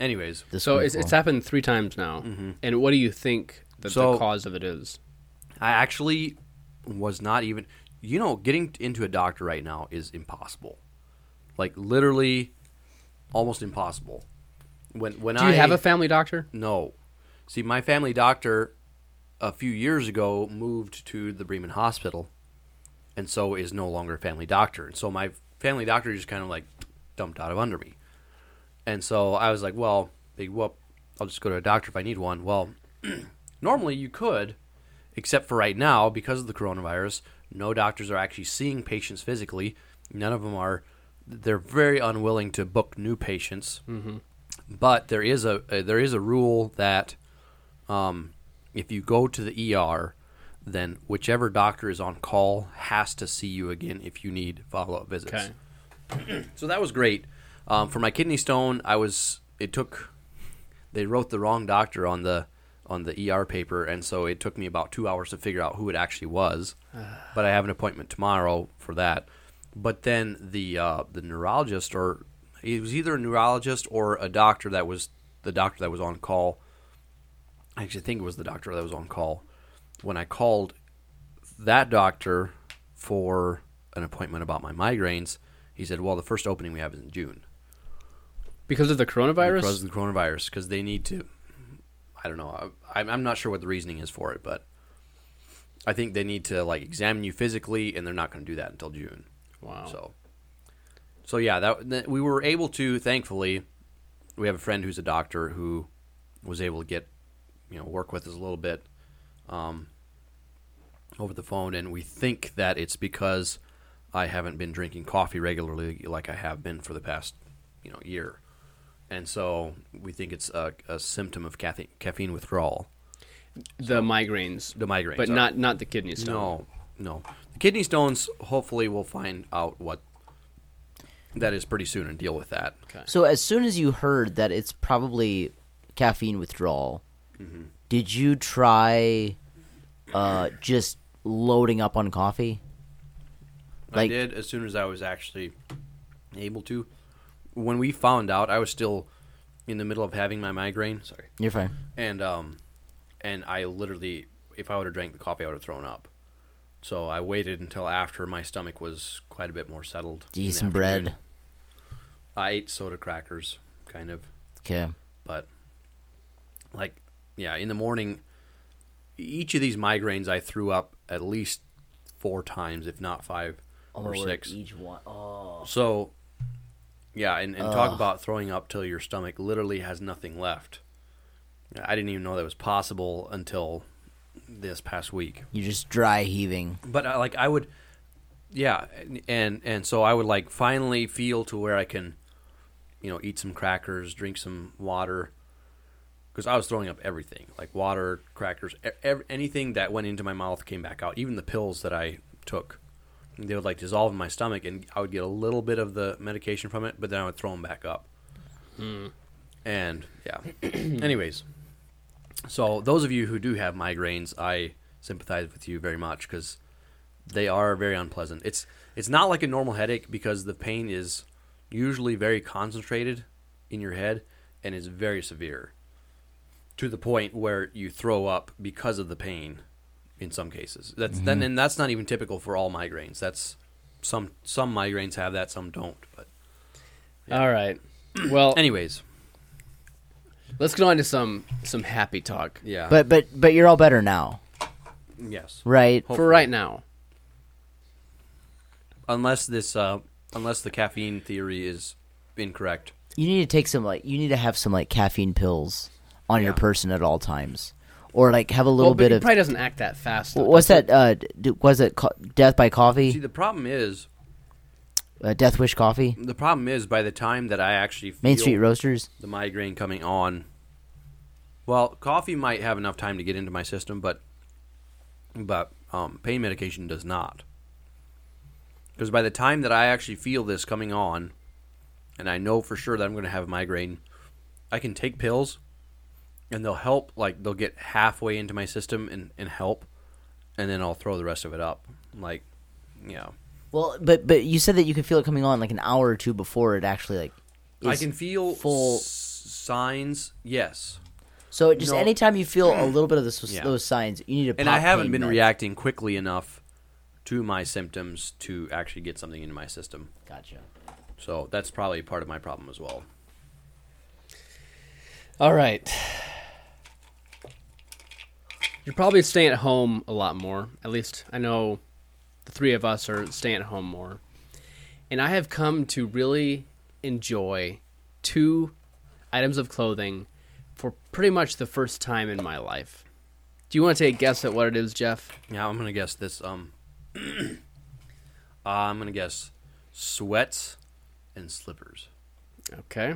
Speaker 6: anyways,
Speaker 5: This
Speaker 4: so
Speaker 5: one
Speaker 4: it's,
Speaker 5: will.
Speaker 4: it's happened three times now and what do you think that
Speaker 6: Mm-hmm. So-
Speaker 4: the cause of it is
Speaker 6: I actually was not even. You know, getting into a doctor right now is impossible. Like literally, almost impossible. When when
Speaker 4: do
Speaker 6: I
Speaker 4: you have a family doctor
Speaker 6: No. See, my family doctor a few years ago moved to the Bremen Hospital, and so is no longer a family doctor. And so my family doctor just kind of like dumped out of under me. And so I was like, well, big whoop, I'll just go to a doctor if I need one. Well, normally you could, except for right now because of the coronavirus, no doctors are actually seeing patients physically. None of them are. They're very unwilling to book new patients but there is a, a there is a rule that um, if you go to the ER, then whichever doctor is on call has to see you again if you need follow up visits.
Speaker 4: Okay.
Speaker 6: so that was great. Um, for my kidney stone, I was it took they wrote the wrong doctor on the on the ER paper, and so it took me about two hours to figure out who it actually was. but I have an appointment tomorrow for that. But then the uh, the neurologist, or it was either a neurologist or a doctor that was the doctor that was on call. I actually think it was the doctor that was on call when I called that doctor for an appointment about my migraines. He said, "Well, the first opening we have is in June
Speaker 4: because of the coronavirus.
Speaker 6: because of the coronavirus, because they need to. I don't know. I, I'm- I'm not sure what the reasoning is for it, but I think they need to like examine you physically, and they're not going to do that until June.
Speaker 4: wow.
Speaker 6: So, so yeah, that, that we were able to. Thankfully, we have a friend who's a doctor who was able to get, you know, work with us a little bit, um, over the phone, and we think that it's because I haven't been drinking coffee regularly like I have been for the past, you know, year, and so we think it's a, a symptom of caffeine, caffeine withdrawal.
Speaker 4: the migraines,
Speaker 6: The migraines,
Speaker 4: but
Speaker 6: are-
Speaker 4: not not the kidney stone.
Speaker 6: No, no. The kidney stones. Hopefully, we'll find out what that is pretty soon and deal with that.
Speaker 5: So as soon as you heard that it's probably caffeine withdrawal, Mm-hmm. did you try uh, just loading up on coffee?
Speaker 6: I did as soon as I was actually able to. When we found out, I was still in the middle of having my migraine. Sorry.
Speaker 5: You're fine.
Speaker 6: And um, and I literally, if I would have drank the coffee, I would have thrown up. So I waited until after my stomach was quite a bit more settled.
Speaker 5: Did you
Speaker 6: in
Speaker 5: eat
Speaker 6: the
Speaker 5: some
Speaker 6: afternoon.
Speaker 5: bread?
Speaker 6: I ate soda crackers, kind of.
Speaker 5: Okay.
Speaker 6: but like yeah in the morning each of these migraines i threw up at least four times if not five
Speaker 5: Oh,
Speaker 6: or six
Speaker 5: Each one. Oh.
Speaker 6: so yeah and, and talk about throwing up till your stomach literally has nothing left i didn't even know that was possible until this past week
Speaker 5: You're just dry heaving.
Speaker 6: but I, like I would, yeah, and- and and so I would like finally feel to where I can, you know, eat some crackers, drink some water, because I was throwing up everything, like water, crackers, e- ev- anything that went into my mouth came back out. Even the pills that I took, they would like dissolve in my stomach, and I would get a little bit of the medication from it, but then I would throw them back up. And yeah, anyways. So those of you who do have migraines, I sympathize with you very much because they are very unpleasant. It's it's not like a normal headache because the pain is usually very concentrated in your head and is very severe to the point where you throw up because of the pain in some cases. That's
Speaker 5: Mm-hmm.
Speaker 6: then and that's not even typical for all migraines. That's some some migraines have that, some don't. But
Speaker 4: All right. Well,
Speaker 6: anyways,
Speaker 4: let's get on to some some happy talk.
Speaker 6: yeah.
Speaker 5: But but but you're all better now,
Speaker 6: yes.
Speaker 5: right?
Speaker 4: For right now,
Speaker 6: unless this uh, unless the caffeine theory is incorrect.
Speaker 5: You need to take some like you need to have some like caffeine pills on your person at all times, or like have a little
Speaker 4: well, but
Speaker 5: bit
Speaker 4: it
Speaker 5: of.
Speaker 4: probably doesn't act that fast. though,
Speaker 5: What's
Speaker 4: does it?
Speaker 5: that? Uh, d- was it co- death by
Speaker 6: See,
Speaker 5: coffee?
Speaker 6: the problem is
Speaker 5: Uh, death wish coffee.
Speaker 6: the problem is by the time that I actually feel
Speaker 5: Main Street Roasters.
Speaker 6: the migraine coming on, well, coffee might have enough time to get into my system, but but um, pain medication does not. Because by the time that I actually feel this coming on, and I know for sure that I'm going to have a migraine, I can take pills, and they'll help. Like they'll get halfway into my system and, and help, and then I'll throw the rest of it up. Like, yeah,
Speaker 5: Well, but but you said that you could feel it coming on like an hour or two before it actually like.
Speaker 6: I
Speaker 5: is-
Speaker 6: can feel
Speaker 5: full-
Speaker 6: s- signs. Yes,
Speaker 5: So just
Speaker 6: No.
Speaker 5: anytime you feel a little bit of this,
Speaker 6: Yeah.
Speaker 5: those signs, you need to.
Speaker 6: and
Speaker 5: pop
Speaker 6: I haven't
Speaker 5: pain
Speaker 6: been
Speaker 5: meds.
Speaker 6: reacting quickly enough to my symptoms to actually get something into my system.
Speaker 5: Gotcha.
Speaker 6: So that's probably part of my problem as well.
Speaker 4: All right. You're probably staying at home a lot more. At least I know the three of us are staying at home more. And I have come to really enjoy two items of clothing for pretty much the first time in my life. Do you want to take a guess at what it is, Jeff?
Speaker 6: Yeah, I'm gonna guess this. Um, uh, I'm gonna guess sweats and slippers.
Speaker 4: Okay.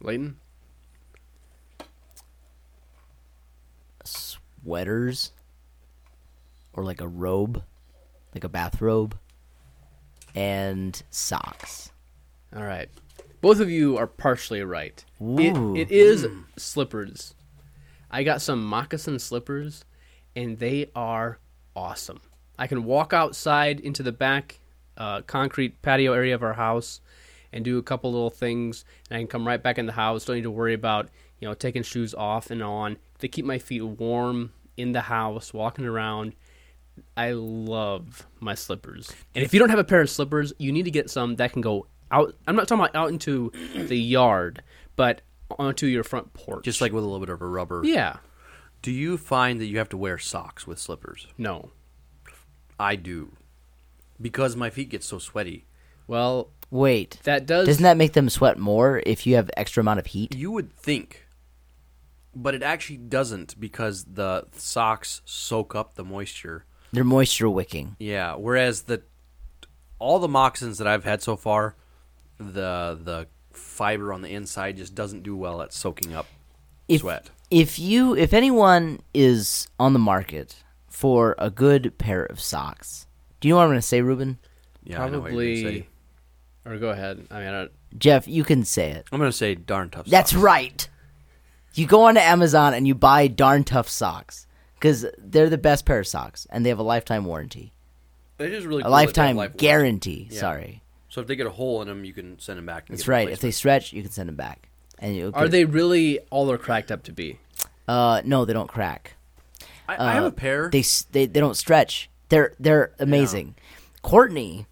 Speaker 4: Leighton?
Speaker 5: Sweaters, or like a robe, like a bathrobe, and socks.
Speaker 4: All right. Both of you are partially right. It,
Speaker 5: Ooh.
Speaker 4: it is slippers. I got some moccasin slippers, and they are awesome. I can walk outside into the back uh, concrete patio area of our house and do a couple little things, and I can come right back in the house. Don't need to worry about you know taking shoes off and on. They keep my feet warm in the house, walking around. I love my slippers. And if you don't have a pair of slippers, you need to get some that can go out. I'm not talking about out into the yard, but onto your front porch.
Speaker 6: Just like with a little bit of a rubber.
Speaker 4: yeah,
Speaker 6: Do you find that you have to wear socks with slippers?
Speaker 4: no.
Speaker 6: I do. Because my feet get so sweaty.
Speaker 4: Well,
Speaker 5: Wait,
Speaker 4: that does
Speaker 5: doesn't that make them sweat more if you have extra amount of heat?
Speaker 6: You would think, but it actually doesn't because the socks soak up the moisture.
Speaker 5: They're moisture wicking.
Speaker 6: Yeah, whereas the all the moccasins that I've had so far, the the fiber on the inside just doesn't do well at soaking up
Speaker 5: If,
Speaker 6: sweat.
Speaker 5: If you, if anyone is on the market for a good pair of socks, do you know what I'm going to say, Ruben?
Speaker 6: Yeah, I know what you're gonna
Speaker 4: probably.
Speaker 6: say.
Speaker 4: Or go ahead. I mean, I don't,
Speaker 5: Jeff, you can say it.
Speaker 6: I'm gonna say darn tough.
Speaker 5: That's
Speaker 6: socks.
Speaker 5: right. You go onto Amazon and you buy darn tough socks because they're the best pair of socks and they have a lifetime warranty,
Speaker 6: It is really
Speaker 5: a
Speaker 6: cool that they have
Speaker 5: lifetime
Speaker 6: life warranty.
Speaker 5: guarantee.
Speaker 6: Yeah.
Speaker 5: Sorry,
Speaker 6: So if they get a hole in them, you can send them back. And
Speaker 5: that's
Speaker 6: get a
Speaker 5: right. If they
Speaker 6: replacement.
Speaker 5: stretch, you can send them back. And you
Speaker 4: are they really all they're cracked up to be?
Speaker 5: Uh, no, they don't crack.
Speaker 6: I, I have a pair.
Speaker 5: Uh, They s- they they don't stretch. They're they're amazing. Courtney,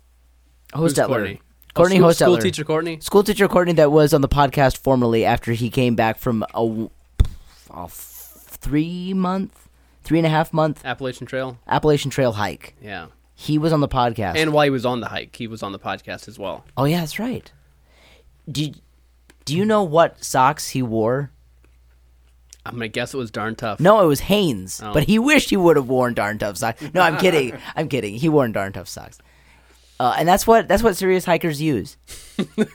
Speaker 5: Hostetler,
Speaker 4: Courtney?
Speaker 5: Courtney,
Speaker 4: Oh,
Speaker 5: Hostetler,
Speaker 4: school- school teacher Courtney?
Speaker 5: school teacher Courtney that was on the podcast formerly after he came back from a, w- a f- three month, three and a half month
Speaker 4: Appalachian Trail.
Speaker 5: Appalachian Trail hike.
Speaker 4: Yeah.
Speaker 5: He was on the podcast.
Speaker 4: And while he was on the hike, he was on the podcast as well.
Speaker 5: oh yeah, that's right. Did do you know what socks he wore?
Speaker 4: I'm gonna guess it was darn tough.
Speaker 5: No, it was Hanes,
Speaker 4: Oh.
Speaker 5: but he wished he would have worn darn tough socks. No, I'm kidding. I'm kidding. He wore darn tough socks, uh, and that's what that's what serious hikers use. but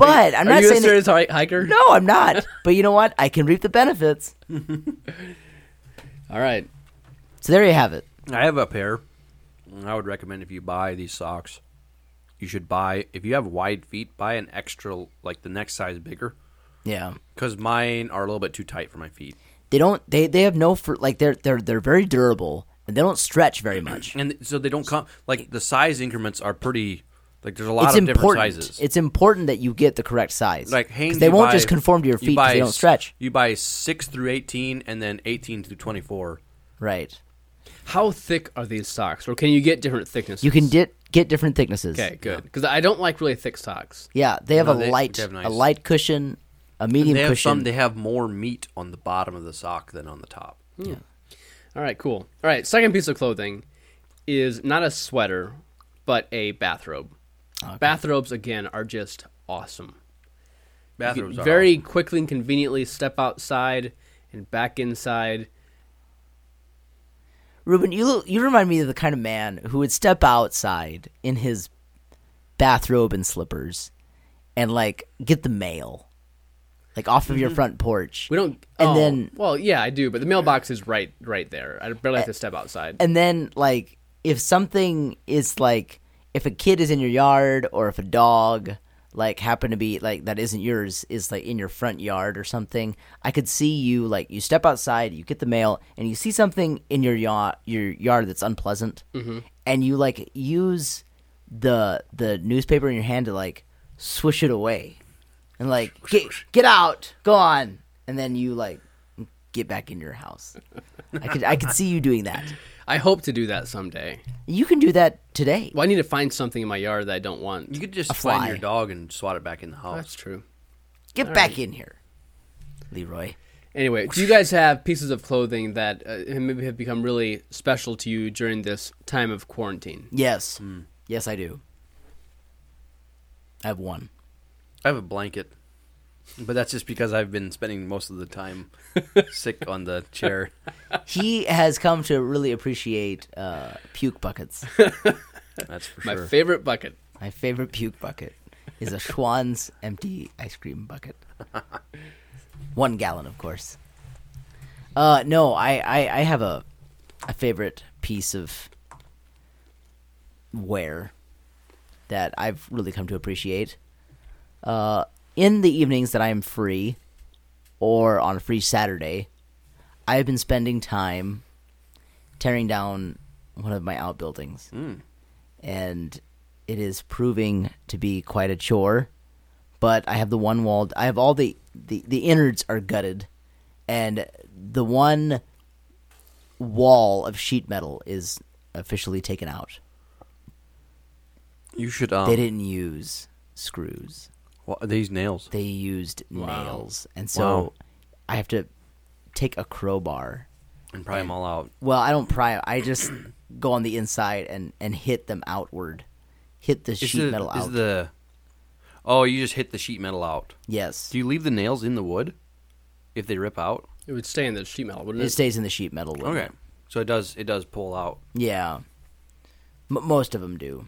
Speaker 5: I'm
Speaker 4: Are
Speaker 5: not
Speaker 4: you a
Speaker 5: saying that-
Speaker 4: serious hi- hiker?
Speaker 5: no, I'm not. But you know what? I can reap the benefits.
Speaker 4: All right.
Speaker 5: So there you have it.
Speaker 6: I have a pair. And I would recommend if you buy these socks, you should buy if you have wide feet, buy an extra like the next size bigger
Speaker 5: Yeah,
Speaker 6: because mine are a little bit too tight for my feet,
Speaker 5: they don't. They they have no fr- like they're they're they're very durable and they don't stretch very much.
Speaker 6: and so they don't come like the size increments are pretty like there's a lot
Speaker 5: It's
Speaker 6: of different
Speaker 5: important.
Speaker 6: sizes.
Speaker 5: It's important that you get the correct size.
Speaker 6: like
Speaker 5: 'Cause
Speaker 6: Hanes,
Speaker 5: they
Speaker 6: you
Speaker 5: won't
Speaker 6: buy-
Speaker 5: just conform to your
Speaker 6: you
Speaker 5: feet. 'cause
Speaker 6: buy
Speaker 5: They don't
Speaker 6: s-
Speaker 5: stretch.
Speaker 6: You buy six through eighteen, and then eighteen through twenty four.
Speaker 5: Right.
Speaker 4: How thick are these socks, or can you get different thicknesses?
Speaker 5: You can get get different thicknesses.
Speaker 4: Okay, good. Because I don't like really thick socks.
Speaker 5: Yeah, they have
Speaker 6: No,
Speaker 5: a
Speaker 6: they-
Speaker 5: light,
Speaker 6: they have nice.
Speaker 5: a light cushion, a medium
Speaker 6: They have
Speaker 5: cushion.
Speaker 6: some. They have more meat on the bottom of the sock than on the top.
Speaker 4: All right, cool. All right, second piece of clothing is not a sweater, but a bathrobe. Bathrobes again are just awesome. You can
Speaker 6: Bathrooms are
Speaker 4: very quickly and conveniently step outside and back inside.
Speaker 5: Ruben, you look, you remind me of the kind of man who would step outside in his bathrobe and slippers, and like get the mail, like off of your
Speaker 6: Mm-hmm.
Speaker 5: front porch.
Speaker 4: We don't.
Speaker 5: And
Speaker 4: oh,
Speaker 5: then-
Speaker 4: well, yeah, I do, but the mailbox is right, right there. I barely have to step outside.
Speaker 5: and then like if something is like if a kid is in your yard or if a dog like happen to be like that isn't yours is like in your front yard or something i could see you like you step outside you get the mail and you see something in your yard your yard that's unpleasant and you like use the the newspaper in your hand to like swish it away and like get get out go on and then you like get back in your house i could i could see you doing that
Speaker 4: I hope to do that someday.
Speaker 5: you can do that today.
Speaker 4: Well, I need to find something in my yard that I don't want.
Speaker 6: You could just
Speaker 5: A
Speaker 6: find
Speaker 5: fly.
Speaker 6: your dog and swat it back in the
Speaker 4: That's
Speaker 6: house.
Speaker 4: true.
Speaker 5: Get back in here, Leroy.
Speaker 4: Anyway, do you guys have pieces of clothing that uh, maybe have become really special to you during this time of quarantine?
Speaker 5: Yes, yes, I do. I have one.
Speaker 6: I have a blanket, but that's just because I've been spending most of the time sick on the chair.
Speaker 5: He has come to really appreciate uh, puke buckets.
Speaker 6: That's for
Speaker 4: My
Speaker 6: sure.
Speaker 4: favorite bucket.
Speaker 5: My favorite puke bucket is a Schwann's empty ice cream bucket. One gallon, of course. Uh, no, I, I, I have a, a favorite piece of wear that I've really come to appreciate. Uh, in the evenings that I am free, or on a free Saturday, I have been spending time tearing down one of my outbuildings and it is proving to be quite a chore. But I have the one walled. I have all the the the innards are gutted, and the one wall of sheet metal is officially taken out.
Speaker 6: You should. Um,
Speaker 5: They didn't use screws.
Speaker 6: wha- these nails.
Speaker 5: They used nails. And so
Speaker 6: Wow.
Speaker 5: I have to take a crowbar.
Speaker 6: and pry them all out.
Speaker 5: Well, I don't pry. I just go on the inside and, and hit them outward. Hit the sheet
Speaker 6: the,
Speaker 5: metal
Speaker 6: is
Speaker 5: out.
Speaker 6: the oh, you just hit the sheet metal out.
Speaker 5: yes.
Speaker 6: Do you leave the nails in the wood if they rip out?
Speaker 4: It would stay in the sheet metal, wouldn't
Speaker 5: It
Speaker 4: it?
Speaker 5: stays in the sheet metal. wouldn't
Speaker 6: Okay,
Speaker 5: it?
Speaker 6: so it does. It does pull out.
Speaker 5: Yeah. M- most of them do.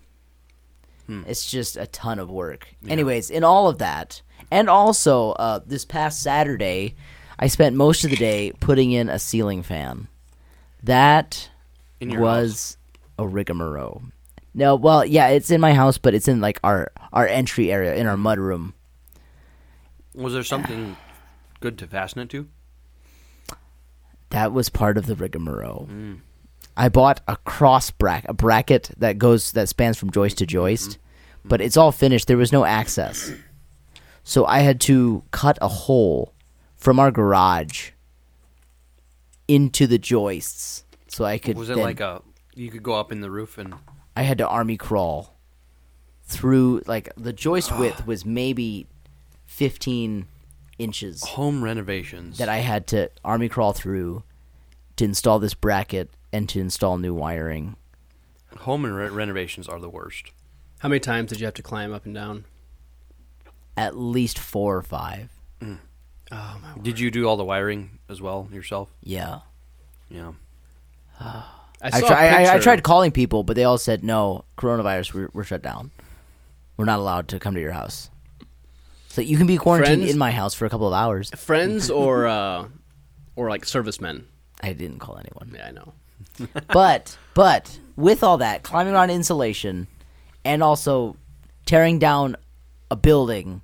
Speaker 6: Hmm.
Speaker 5: It's just a ton of work. Anyways, in all of that, and also uh, this past Saturday, I spent most of the day putting in a ceiling fan. That
Speaker 6: In your
Speaker 5: was a rigmarole. No, well, yeah, it's in my house, but it's in like our our entry area in our mudroom.
Speaker 6: Was there something good to fasten it to?
Speaker 5: That was part of the rigmarole.
Speaker 6: Mm.
Speaker 5: I bought a cross bracket, a bracket that goes that spans from joist to joist,
Speaker 6: Mm-hmm.
Speaker 5: but it's all finished. There was no access, so I had to cut a hole from our garage into the joists, so I could.
Speaker 6: Was it
Speaker 5: then-
Speaker 6: like a you could go up in the roof and
Speaker 5: I had to army crawl through like the joist width was maybe fifteen inches
Speaker 6: home renovations?
Speaker 5: that I had to army crawl through to install this bracket and to install new wiring.
Speaker 6: home and re- renovations are the worst.
Speaker 4: How many times did you have to climb up and down?
Speaker 5: At least four or five.
Speaker 6: Did you do all the wiring as well yourself?
Speaker 5: Yeah.
Speaker 6: Yeah.
Speaker 4: I
Speaker 5: I,
Speaker 4: saw
Speaker 5: tri-
Speaker 4: a
Speaker 5: I, I, I
Speaker 4: picture.
Speaker 5: tried calling people, but they all said, no, coronavirus, we're, we're shut down. We're not allowed to come to your house. So you can be quarantined
Speaker 4: Friends?
Speaker 5: in my house for a couple of hours.
Speaker 4: friends or uh, or like servicemen.
Speaker 5: I didn't call anyone.
Speaker 4: Yeah, I know.
Speaker 5: but but with all that climbing on insulation and also tearing down a building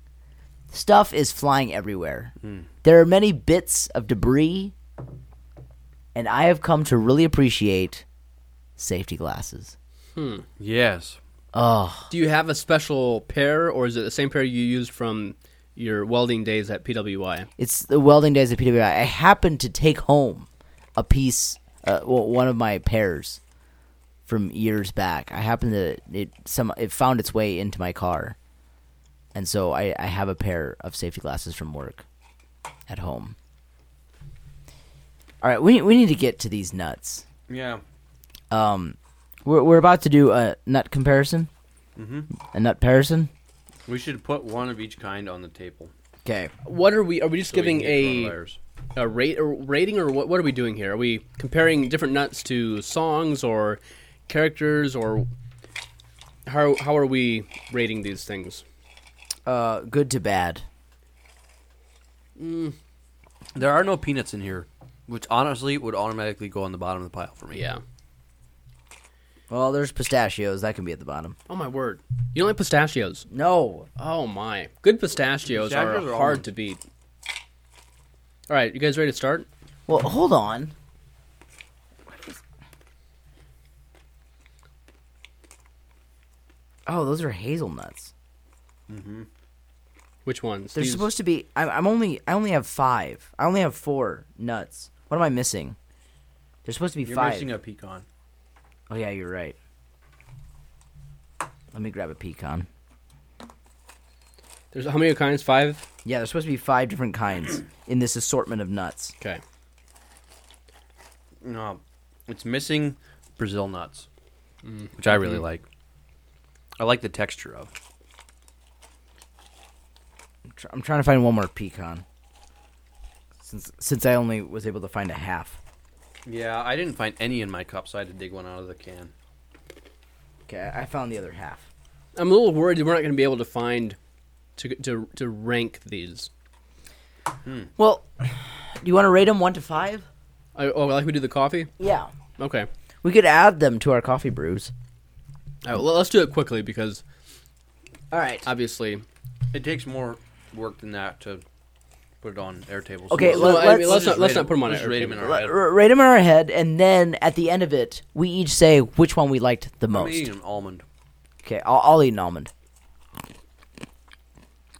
Speaker 5: stuff is flying everywhere there are many bits of debris and i have come to really appreciate safety glasses
Speaker 6: Yes.
Speaker 4: Do you have a special pair, or is it the same pair you used from your welding days at PWI?
Speaker 5: it's the welding days at pwi i happened to take home a piece uh, well, one of my pairs from years back i happened to it some it found its way into my car and so i, I have a pair of safety glasses from work at home all right we, we need to get to these nuts
Speaker 6: Yeah.
Speaker 5: we're, we're about to do a nut comparison mm-hmm. a nut comparison
Speaker 6: We should put one of each kind on the table.
Speaker 5: okay
Speaker 4: What are we? Are we just
Speaker 6: so we can
Speaker 4: giving
Speaker 6: get
Speaker 4: a
Speaker 6: coronavirus.
Speaker 4: a uh, rate or rating, or what? What are we doing here? Are we comparing different nuts to songs or characters, or how how are we rating these things?
Speaker 5: uh good to bad
Speaker 6: There are no peanuts in here, which honestly would automatically go on the bottom of the pile for me.
Speaker 4: Yeah.
Speaker 5: well there's pistachios that can be at the bottom
Speaker 4: Oh my word! You don't like pistachios?
Speaker 5: no
Speaker 4: Oh my! Good pistachios,
Speaker 6: Pistachios
Speaker 4: are,
Speaker 6: are
Speaker 4: hard
Speaker 6: awesome.
Speaker 4: to beat. All right, you guys ready to start?
Speaker 5: well hold on Oh, those are hazelnuts.
Speaker 4: Which ones?
Speaker 5: They're
Speaker 4: These-
Speaker 5: supposed to be. I'm, I'm only. I only have five. I only have four nuts. What am I missing? There's supposed to be
Speaker 6: You're
Speaker 5: five.
Speaker 6: missing a pecan.
Speaker 5: oh yeah, you're right. Let me grab a pecan.
Speaker 4: There's how many kinds? Five.
Speaker 5: Yeah, there's supposed to be five different kinds in this assortment of nuts.
Speaker 4: Okay.
Speaker 6: No, it's missing Brazil nuts, which I really like. I like the texture of.
Speaker 5: I'm, tr- I'm trying to find one more pecan. Since since I only was able to find a half.
Speaker 6: Yeah, I didn't find any in my cup, so I had to dig one out of the can.
Speaker 5: Okay, I found the other half.
Speaker 4: I'm a little worried that we're not going to be able to find to to to rank these.
Speaker 5: Well, do you want to rate them one to five?
Speaker 4: I, oh, like we do the coffee.
Speaker 5: Yeah.
Speaker 4: Okay.
Speaker 5: We could add them to our coffee brews.
Speaker 4: All right, well, let's do it quickly because
Speaker 5: All right.
Speaker 4: obviously.
Speaker 6: It takes more work than that to put it on air tables.
Speaker 5: Okay,
Speaker 4: Well,
Speaker 5: let-
Speaker 4: I mean, let's
Speaker 5: let's- Let's
Speaker 4: not let's not put them on
Speaker 6: Let's
Speaker 4: air.
Speaker 6: rate 'em in
Speaker 4: table.
Speaker 6: our head.
Speaker 5: R- rate them in our head, and then at the end of it, we each say which one we liked the
Speaker 6: I'm
Speaker 5: most.
Speaker 6: eating an almond.
Speaker 5: Okay, I'll, I'll eat an almond.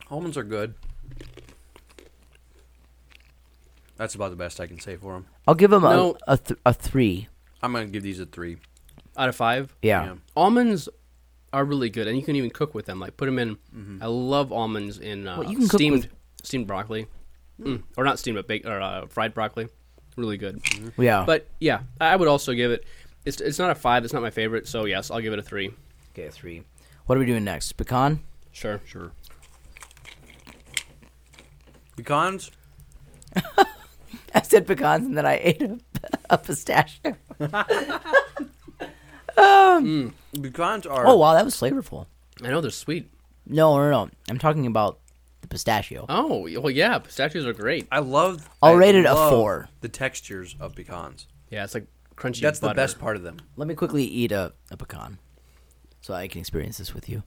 Speaker 6: Almonds are good. That's about the best I can say for them.
Speaker 5: I'll give them
Speaker 4: No.
Speaker 5: a a, th- a three.
Speaker 6: I'm gonna give these a three.
Speaker 4: out of five.
Speaker 5: Yeah.
Speaker 6: Yeah.
Speaker 4: almonds are really good, and you can even cook with them. Like put them in.
Speaker 6: Mm-hmm.
Speaker 4: I love almonds in uh,
Speaker 5: Well, you can cook Hmm.
Speaker 4: steamed steamed broccoli, mm. or not steamed, but baked or uh, fried broccoli. Really good.
Speaker 6: Mm-hmm.
Speaker 5: Yeah.
Speaker 4: But yeah, I I would also give it. It's it's not a five. It's not my favorite. So yes, I'll give it a three.
Speaker 5: okay, three. What are we doing next? Pecan?
Speaker 4: Sure, sure.
Speaker 6: Pecans.
Speaker 5: I said pecans and then I ate a, a pistachio.
Speaker 6: Pecans are.
Speaker 5: Oh wow, that was flavorful.
Speaker 4: I know they're sweet.
Speaker 5: No, no, no. I'm talking about the pistachio.
Speaker 4: Oh well, yeah, pistachios are great.
Speaker 6: I love.
Speaker 5: I'll
Speaker 6: I
Speaker 5: rate it a
Speaker 6: love
Speaker 5: four.
Speaker 6: The textures of pecans.
Speaker 4: Yeah, it's like crunchy.
Speaker 6: That's the
Speaker 4: butter.
Speaker 6: best part of them.
Speaker 5: Let me quickly eat a, a pecan so I can experience this with you.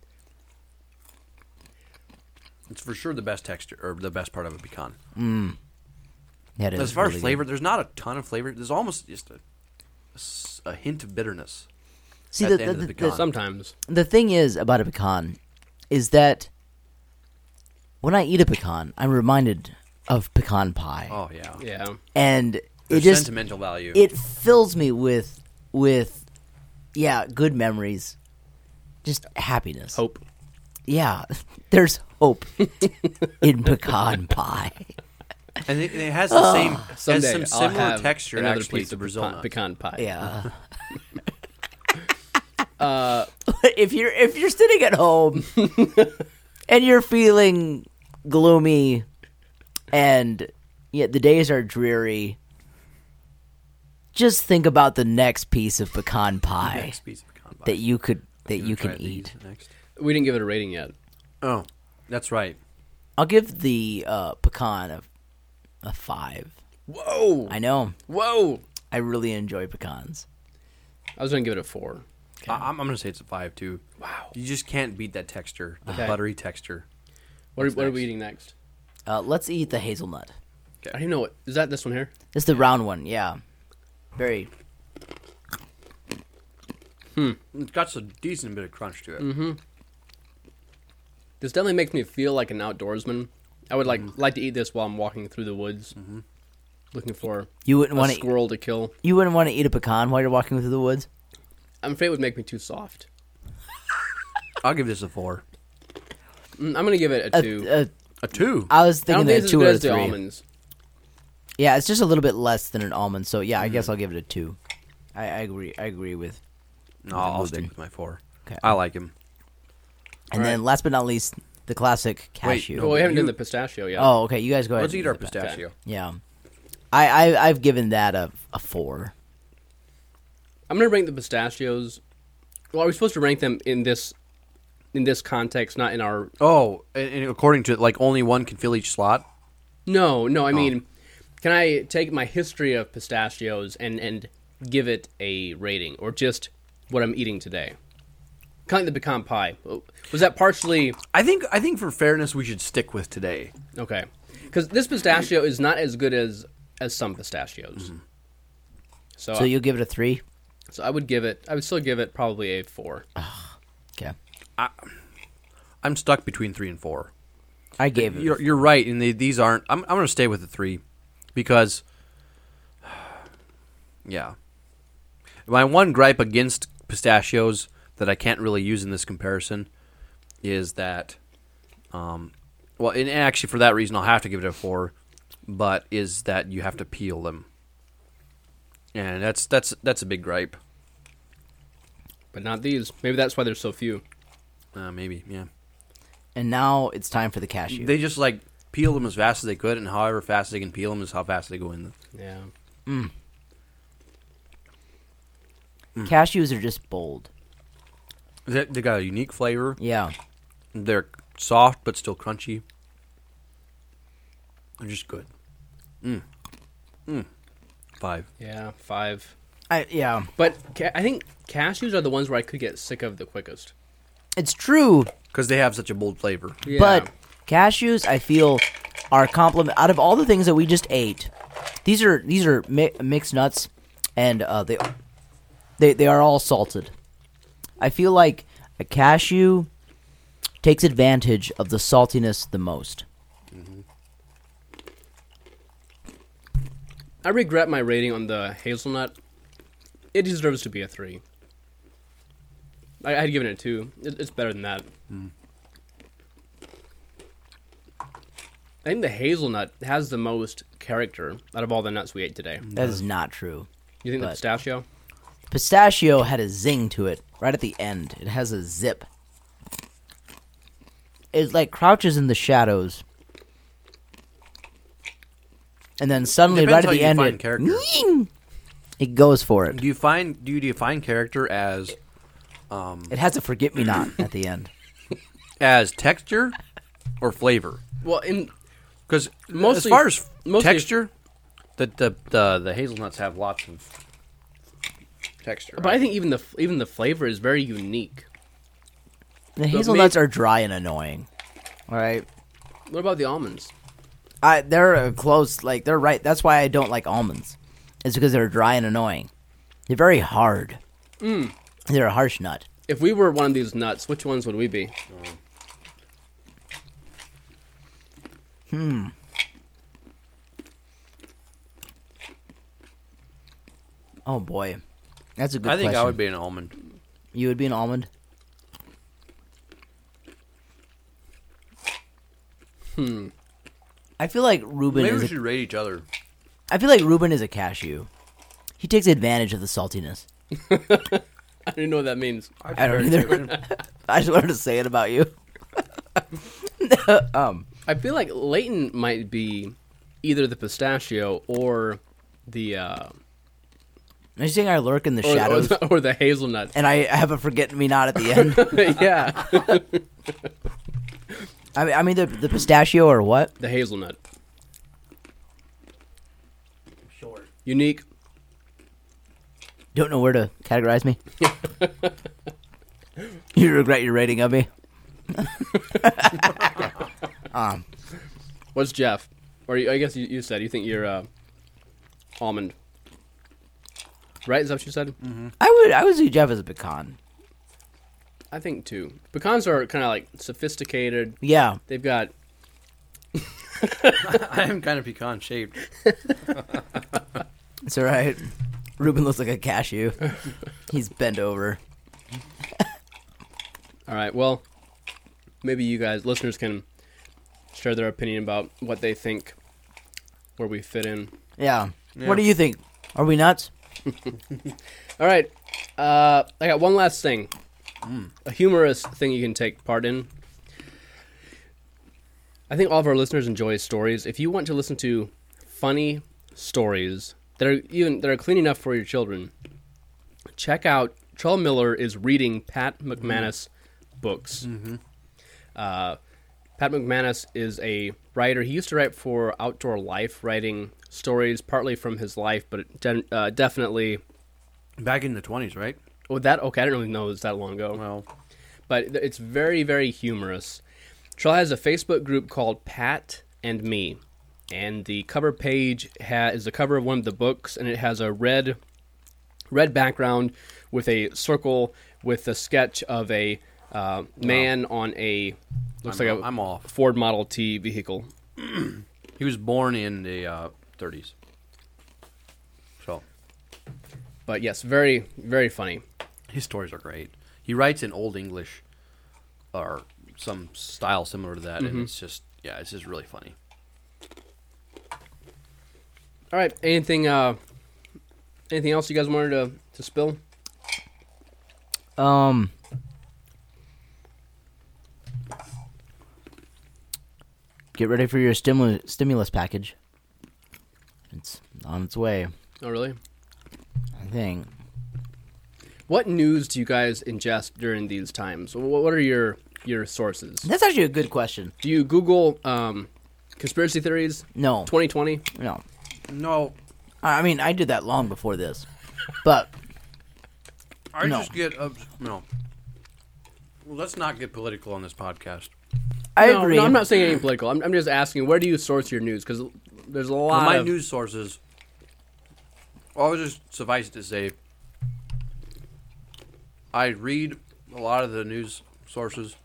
Speaker 6: It's for sure the best texture or the best part of a pecan.
Speaker 5: Yeah, it
Speaker 6: as
Speaker 5: is
Speaker 6: far
Speaker 5: really good.
Speaker 6: as flavor, there's not a ton of flavor. There's almost just a, s- a hint of bitterness.
Speaker 5: See
Speaker 6: at
Speaker 5: the the,
Speaker 6: the end of
Speaker 5: the,
Speaker 6: the pecan.
Speaker 4: Sometimes.
Speaker 5: the thing is about a pecan is that when I eat a pecan, I'm reminded of pecan pie,
Speaker 6: Oh yeah,
Speaker 4: Yeah.
Speaker 5: and it
Speaker 6: There's
Speaker 5: just
Speaker 6: sentimental value.
Speaker 5: it fills me with with yeah good memories, just happiness.
Speaker 4: Hope.
Speaker 5: Yeah, there's hope in pecan pie.
Speaker 6: and it, it has the same has
Speaker 4: Someday
Speaker 6: some
Speaker 4: I'll
Speaker 6: similar
Speaker 4: have
Speaker 6: texture
Speaker 4: another
Speaker 6: actually
Speaker 4: piece
Speaker 6: to
Speaker 4: of
Speaker 6: Brazil
Speaker 4: pecan,
Speaker 6: nut.
Speaker 4: pecan pie.
Speaker 5: Yeah. Uh, if you're if you're sitting at home and you're feeling gloomy and yet the days are dreary, just think about the next piece of pecan pie
Speaker 6: Next piece of pecan pie.
Speaker 5: that you could that you
Speaker 6: Try
Speaker 5: can
Speaker 6: to use
Speaker 5: eat.
Speaker 6: it next.
Speaker 4: We didn't give it a rating yet.
Speaker 6: Oh, that's right.
Speaker 5: I'll give the uh, pecan a, a five.
Speaker 4: Whoa.
Speaker 5: I know.
Speaker 4: Whoa.
Speaker 5: I really enjoy pecans.
Speaker 4: I was gonna give it a four.
Speaker 6: I, I'm, I'm gonna say it's a five too. Wow, you just can't beat that texture, the
Speaker 4: Okay.
Speaker 6: buttery texture.
Speaker 4: What, are, what are
Speaker 6: next?
Speaker 4: we eating next?
Speaker 5: Uh, let's eat the hazelnut.
Speaker 4: I don't even know what is that. This one here.
Speaker 5: It's the round one, yeah. Very
Speaker 6: It's got a decent bit of crunch to it.
Speaker 4: This definitely makes me feel like an outdoorsman. I would like like to eat this while I'm walking through the woods, looking for
Speaker 5: You wouldn't
Speaker 4: a
Speaker 5: want to.
Speaker 4: squirrel to kill.
Speaker 5: You wouldn't want to eat a pecan while you're walking through the woods.
Speaker 4: I'm afraid it would make me too soft.
Speaker 6: I'll give this a four,
Speaker 4: Mm, I'm gonna give it a
Speaker 5: A-
Speaker 4: two.
Speaker 5: a-
Speaker 6: a two.
Speaker 5: I was
Speaker 4: I don't
Speaker 5: thinking
Speaker 4: think
Speaker 5: a
Speaker 4: it's
Speaker 5: two
Speaker 4: as good
Speaker 5: or a
Speaker 4: as the
Speaker 5: three.
Speaker 4: almonds.
Speaker 5: Yeah, it's just a little bit less than an almond. So yeah, I
Speaker 4: Mm-hmm.
Speaker 5: guess I'll give it a two. I, I agree. I agree with.
Speaker 6: no, I'll stick
Speaker 5: Moving.
Speaker 6: with my four.
Speaker 5: Okay.
Speaker 6: I like him.
Speaker 5: And then last but not least, the classic cashew.
Speaker 4: Well, we haven't done
Speaker 6: You-
Speaker 4: the pistachio yet.
Speaker 5: Oh, okay. You guys go ahead.
Speaker 6: Let's
Speaker 5: and
Speaker 6: eat our
Speaker 5: the-
Speaker 6: pistachio.
Speaker 5: Yeah, I, I I've given that a a four.
Speaker 4: I'm gonna rank the pistachios. Well, are we supposed to rank them in this in this context, not in our?
Speaker 6: Oh, and, and according to like only one can fill each slot.
Speaker 4: No, no. I mean, can I take my history of pistachios and and give it a rating, or just what I'm eating today? Kind of the pecan pie. Was that partially
Speaker 6: I think I think for fairness we should stick with today.
Speaker 4: okay? Because this pistachio is not as good as as some pistachios. So,
Speaker 5: So you'll give it a three.
Speaker 4: so I would give it. I would still give it probably a four.
Speaker 5: Okay.
Speaker 6: I'm stuck between three and four.
Speaker 5: I gave it.
Speaker 6: You're, you're right, and they, these aren't. I'm I'm gonna stay with the three because yeah, my one gripe against pistachios that I can't really use in this comparison is that um well and and actually for that reason I'll have to give it a four, but is that you have to peel them, and that's that's that's a big gripe.
Speaker 4: But not these. Maybe that's why there's so few.
Speaker 6: Uh, maybe yeah.
Speaker 5: And now it's time for the cashew.
Speaker 6: They just like peel them as fast as they could, and however fast they can peel them is how fast they go in.
Speaker 4: Yeah.
Speaker 5: Cashews are just bold.
Speaker 6: They, they got a unique flavor.
Speaker 5: Yeah.
Speaker 6: They're soft but still crunchy. They're just good. Mm. Mm. Five.
Speaker 4: Yeah. Five.
Speaker 5: I yeah.
Speaker 4: But ca- I think cashews are the ones where I could get sick of the quickest.
Speaker 5: It's true.
Speaker 6: Because they have such a bold flavor.
Speaker 4: Yeah.
Speaker 5: But cashews, I feel, are complement out of all the things that we just ate. These are these are mi- mixed nuts, and uh, they they they are all salted. I feel like a cashew takes advantage of the saltiness the most.
Speaker 4: I regret my rating on the hazelnut. It deserves to be a three. I, I had given it a two. It, it's better than that. I think the hazelnut has the most character out of all the nuts we ate today.
Speaker 5: That is not true.
Speaker 4: You think the
Speaker 5: But-
Speaker 4: pistachio?
Speaker 5: Pistachio had a zing to it right at the end. It has a zip. It like crouches in the shadows. And then suddenly, right
Speaker 6: Depends
Speaker 5: at
Speaker 6: how
Speaker 5: the
Speaker 6: you
Speaker 5: end,
Speaker 6: define
Speaker 5: it,
Speaker 6: character.
Speaker 5: it goes for it.
Speaker 6: Do you find do you define character as
Speaker 5: It has a forget me not at the end.
Speaker 6: as texture or flavor?
Speaker 4: Well, in
Speaker 6: Because as
Speaker 4: Mostly-
Speaker 6: far as
Speaker 4: mostly-
Speaker 6: texture, the, the the the hazelnuts have lots of texture.
Speaker 4: but I think even the even the flavor is very unique.
Speaker 5: The hazelnuts are dry and annoying. All right,
Speaker 4: What about the almonds?
Speaker 5: I they're uh, close. Like they're right. That's why I don't like almonds. It's because they're dry and annoying. They're very hard.
Speaker 6: Hmm.
Speaker 5: They're a harsh nut.
Speaker 4: If we were one of these nuts, which ones would we be?
Speaker 5: Oh boy, that's a good.
Speaker 6: I think I
Speaker 5: question.
Speaker 6: would be an almond.
Speaker 5: You would be an almond. Hmm. I feel like Reuben
Speaker 6: Maybe we
Speaker 5: is.
Speaker 6: should
Speaker 5: A,
Speaker 6: rate each other.
Speaker 5: I feel like Reuben is a cashew. He takes advantage of the saltiness.
Speaker 4: I don't even know what that means.
Speaker 5: I don't either. I just wanted to say it about you.
Speaker 4: I feel like Leighton might be either the pistachio or the uh,
Speaker 5: Are you saying I lurk
Speaker 6: Oh,
Speaker 5: in the
Speaker 4: or, or,
Speaker 5: shadows
Speaker 4: the, or the hazelnut.
Speaker 5: and I have a forget me not at the end?
Speaker 4: yeah,
Speaker 5: I mean, I mean the, the pistachio or what?
Speaker 4: the hazelnut. Short. Unique.
Speaker 5: Don't know where to categorize me. you regret your rating of me.
Speaker 4: What's Jeff? Or you- I guess you, you said you think you're uh, almond. Right? Is that what you said?
Speaker 5: I would I would see Jeff as a pecan.
Speaker 4: I think too. Pecans are kind of like sophisticated.
Speaker 5: Yeah,
Speaker 4: They've got
Speaker 6: I am kind of pecan shaped.
Speaker 5: It's all right. Ruben looks like a cashew. He's bent over.
Speaker 4: All right. Well, maybe you guys, listeners, can share their opinion about what they think, where we fit in.
Speaker 5: Yeah. What do you think? Are we nuts?
Speaker 4: All right. Uh, I got one last thing. A humorous thing you can take part in. I think all of our listeners enjoy stories. If you want to listen to funny stories that are even that are clean enough for your children, check out Charles Miller is reading Pat McManus books. Uh, Pat McManus is a writer. He used to write for Outdoor Life, writing stories partly from his life, but de- uh, definitely
Speaker 6: Back in the twenties, right?
Speaker 4: Oh, that okay. I didn't really know it was that long ago.
Speaker 6: Well,
Speaker 4: But th- it's very, very humorous. Trill has a Facebook group called Pat and Me, and the cover page ha- is the cover of one of the books, and it has a red, red background with a circle with a sketch of a uh, man on a looks
Speaker 6: I'm-
Speaker 4: like a
Speaker 6: I'm off.
Speaker 4: Ford Model T vehicle.
Speaker 6: he was born in the uh, thirties. so
Speaker 4: But yes, very, very funny.
Speaker 6: his stories are great. He writes in Old English, or some style similar to that, and it's just yeah, it's just really funny.
Speaker 4: All right, anything, uh, anything else you guys wanted to to spill?
Speaker 5: Um. Get ready for your stimulus stimulus package. It's on its way.
Speaker 4: Oh, really?
Speaker 5: I think.
Speaker 4: What news do you guys ingest during these times? Wh- What are your your sources?
Speaker 5: That's actually a good question.
Speaker 4: Do you Google um, conspiracy theories?
Speaker 5: No.
Speaker 4: 2020.
Speaker 5: No.
Speaker 6: No,
Speaker 5: I I mean, I did that long before this, but
Speaker 6: I
Speaker 5: No.
Speaker 6: just get ups- no. Well, let's not get political on this podcast.
Speaker 5: I
Speaker 4: no,
Speaker 5: agree.
Speaker 4: no, I'm not saying anything political. I'm, I'm just asking where do you source your news? Because there's a lot
Speaker 6: my
Speaker 4: of
Speaker 6: news sources. I'll just suffice it to say, I read a lot of the news sources,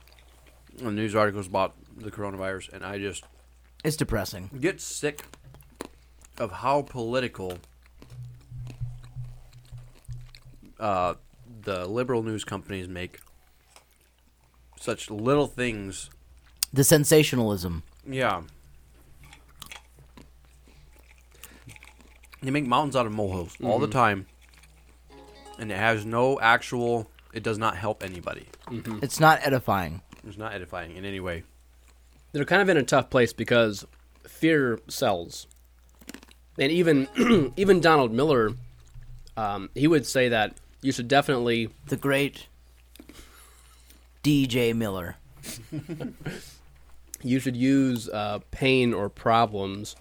Speaker 6: and news articles about the coronavirus, and I just
Speaker 5: It's depressing.
Speaker 6: get sick of how political uh, the liberal news companies make such little things.
Speaker 5: The sensationalism.
Speaker 6: Yeah. They make mountains out of molehills all the time, and it has no actual. It does not help anybody.
Speaker 5: It's not edifying.
Speaker 6: It's not edifying in any way.
Speaker 4: they're kind of in a tough place because fear sells, and even even Donald Miller, um, he would say that you should definitely
Speaker 5: The great DJ Miller.
Speaker 4: you should use uh, pain or problems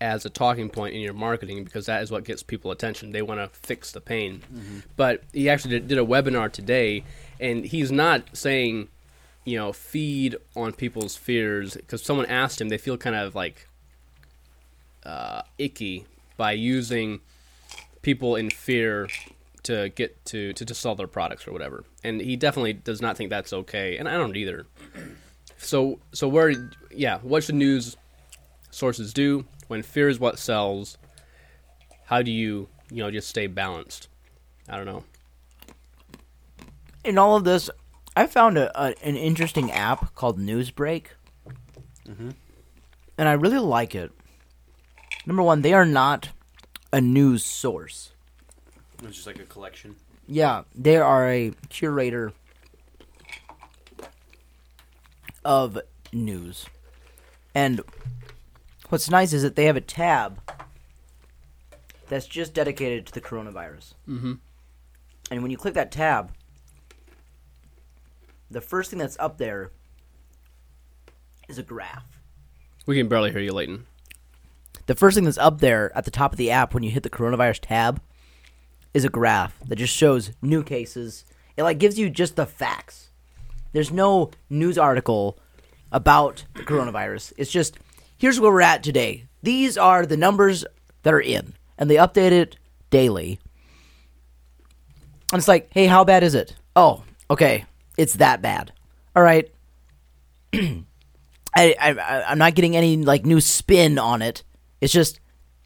Speaker 4: as a talking point in your marketing because that is what gets people attention. They want to fix the pain. But he actually did, did a webinar today, and he's not saying, you know, feed on people's fears because someone asked him, they feel kind of like uh, icky by using people in fear to get to, to to sell their products or whatever. And he definitely does not think that's okay, and I don't either. So so where yeah, what should news sources do when fear is what sells? How do you you know just stay balanced? I don't know.
Speaker 5: in all of this, I found a, a an interesting app called Newsbreak, and I really like it. Number one, they are not a news source.
Speaker 6: It's just like a collection.
Speaker 5: Yeah, they are a curator of news. And what's nice is that they have a tab that's just dedicated to the coronavirus. Mm-hmm. And when you click that tab, the first thing that's up there is a graph.
Speaker 4: We can barely hear you, Leighton.
Speaker 5: The first thing that's up there at the top of the app when you hit the coronavirus tab is a graph that just shows new cases. It like gives you just the facts. There's no news article about the coronavirus. It's just here's where we're at today. These are the numbers that are in, and they update it daily. And it's like, hey, how bad is it? Oh, okay, it's that bad. All right. I, I I- I'm not getting any like new spin on it. It's just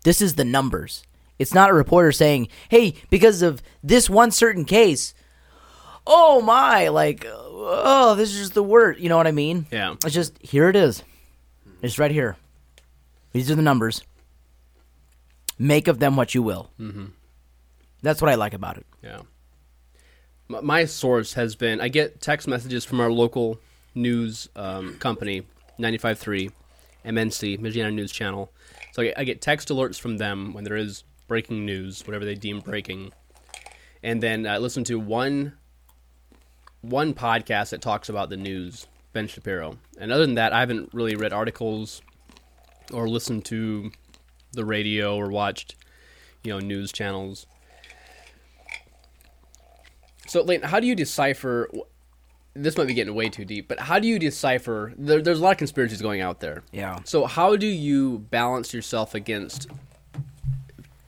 Speaker 5: this is the numbers. It's not a reporter saying, "Hey, because of this one certain case, oh my, like oh, this is just the word." You know what I mean?
Speaker 4: Yeah.
Speaker 5: It's just here it is. It's right here. These are the numbers. Make of them what you will. Mm-hmm. That's what I like about it.
Speaker 4: Yeah. My, my source has been I get text messages from our local news um, company, 95.3 MNC, Michiana News Channel. So I get, I get text alerts from them when there is breaking news, whatever they deem breaking. And then I listen to one one podcast that talks about the news, Ben Shapiro. And other than that, I haven't really read articles or listened to the radio or watched, you know, news channels. So, Leighton, how do you decipher? This might be getting way too deep, but how do you decipher? There, there's a lot of conspiracies going out there.
Speaker 5: Yeah.
Speaker 4: So, how do you balance yourself against,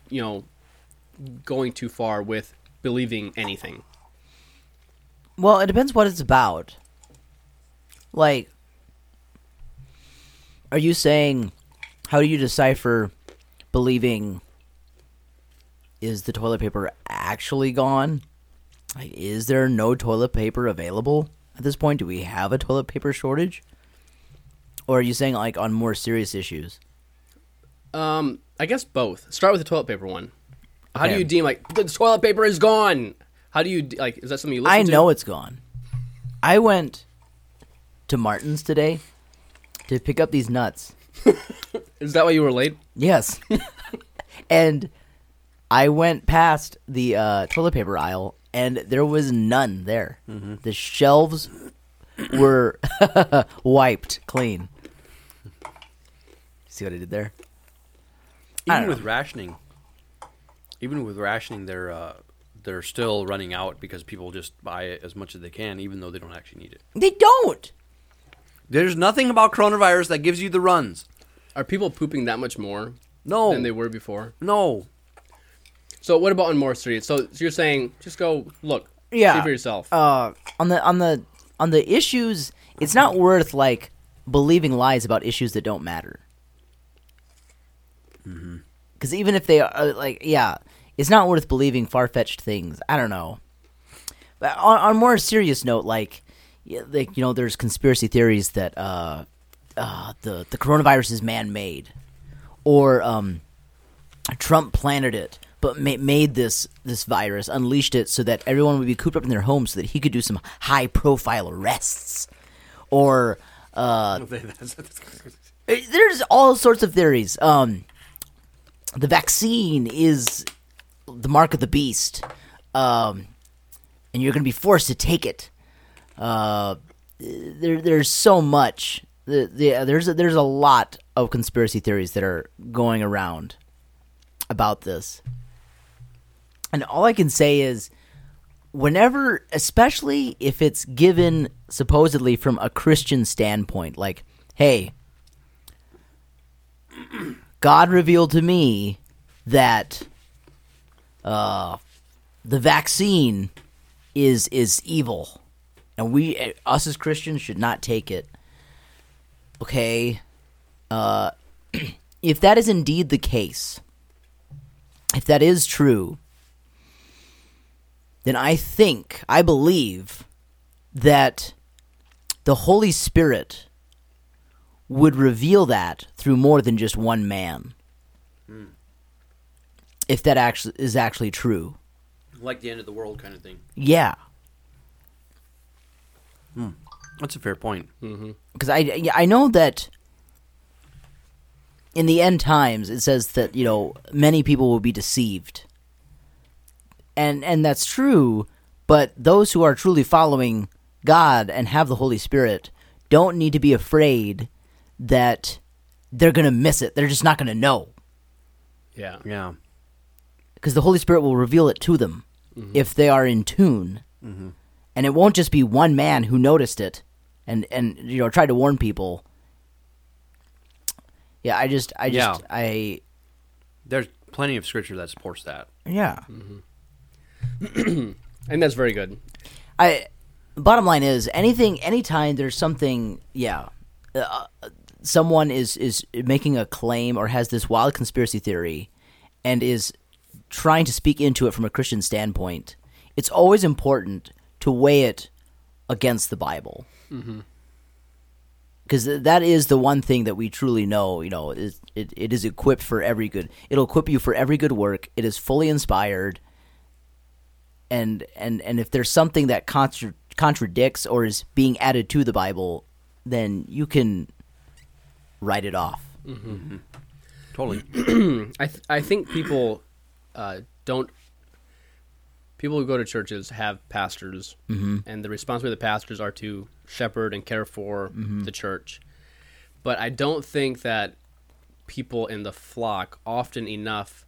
Speaker 4: you know, going too far with believing anything?
Speaker 5: Well, it depends what it's about. Like, are you saying, how do you decipher believing is the toilet paper actually gone? Like, is there no toilet paper available at this point? Do we have a toilet paper shortage? Or are you saying, like, on more serious issues?
Speaker 4: Um, I guess both. Start with the toilet paper one. How do
Speaker 5: Okay.
Speaker 4: you deem like the toilet paper is gone? How do you de- like? Is that something you listen
Speaker 5: I
Speaker 4: to?
Speaker 5: know it's gone. I went to Martin's today to pick up these nuts.
Speaker 4: Is that why you were late?
Speaker 5: Yes. and I went past the uh, toilet paper aisle, and there was none there. The shelves were wiped clean. See what I did there?
Speaker 6: Even with rationing, even with rationing, they're uh, they're still running out because people just buy it as much as they can, even though they don't actually need it.
Speaker 5: They don't.
Speaker 6: There's nothing about coronavirus that gives you the runs.
Speaker 4: Are people pooping that much more
Speaker 6: No,
Speaker 5: Oh.
Speaker 4: than they were before?
Speaker 6: no.
Speaker 4: So what about on Moore Street? So, so you're saying just go look, see
Speaker 5: Yeah.
Speaker 4: for yourself.
Speaker 5: Uh, on the on the on the issues, it's not worth like believing lies about issues that don't matter. Because even if they are uh, like, yeah, it's not worth believing far fetched things. I don't know. But on, on a more serious note, like, y- yeah, like you know, there's conspiracy theories that uh, uh, the the coronavirus is man made, or um, Trump planted it, but ma- made this this virus, unleashed it so that everyone would be cooped up in their homes, so that he could do some high profile arrests, or uh, eh, there's all sorts of theories. Um, the vaccine is the mark of the beast, um, and you're going to be forced to take it. Uh, there, there's so much. The, the, there's a, there's a lot of conspiracy theories that are going around about this, and all I can say is, whenever, especially if it's given supposedly from a Christian standpoint, like, hey, God revealed to me that uh, the vaccine is is evil and we eh, us as christians should not take it okay uh if that is indeed the case if that is true then i think i believe that the holy spirit would reveal that through more than just one man if that actually is actually true
Speaker 6: like the end of the world kind of thing.
Speaker 5: yeah
Speaker 6: That's a fair point.
Speaker 5: because I yeah, I know that in the end times it says that you know many people will be deceived, and and that's true. But those who are truly following God and have the Holy Spirit don't need to be afraid that they're gonna miss it. They're just not gonna know
Speaker 4: Yeah.
Speaker 6: Yeah.
Speaker 5: because the Holy Spirit will reveal it to them if they are in tune, and it won't just be one man who noticed it and and you know tried to warn people. Yeah, I just, I just,
Speaker 6: Yeah.
Speaker 5: I
Speaker 6: There's plenty of scripture that supports that.
Speaker 5: yeah.
Speaker 4: And that's very good.
Speaker 5: I bottom line is anything, anytime there's something, yeah, uh, someone is is making a claim or has this wild conspiracy theory, and is trying to speak into it from a Christian standpoint. It's always important to weigh it against the Bible. because that is the one thing that we truly know you know is it, it is equipped for every good it'll equip you for every good work it is fully inspired and and and if there's something that contra- contradicts or is being added to the bible then you can write it off
Speaker 6: Totally.
Speaker 4: I th- I think people uh, don't. People who go to churches have pastors,
Speaker 5: Mm-hmm.
Speaker 4: and the responsibility of the pastors are to shepherd and care for
Speaker 5: Mm-hmm.
Speaker 4: the church. But I don't think that people in the flock often enough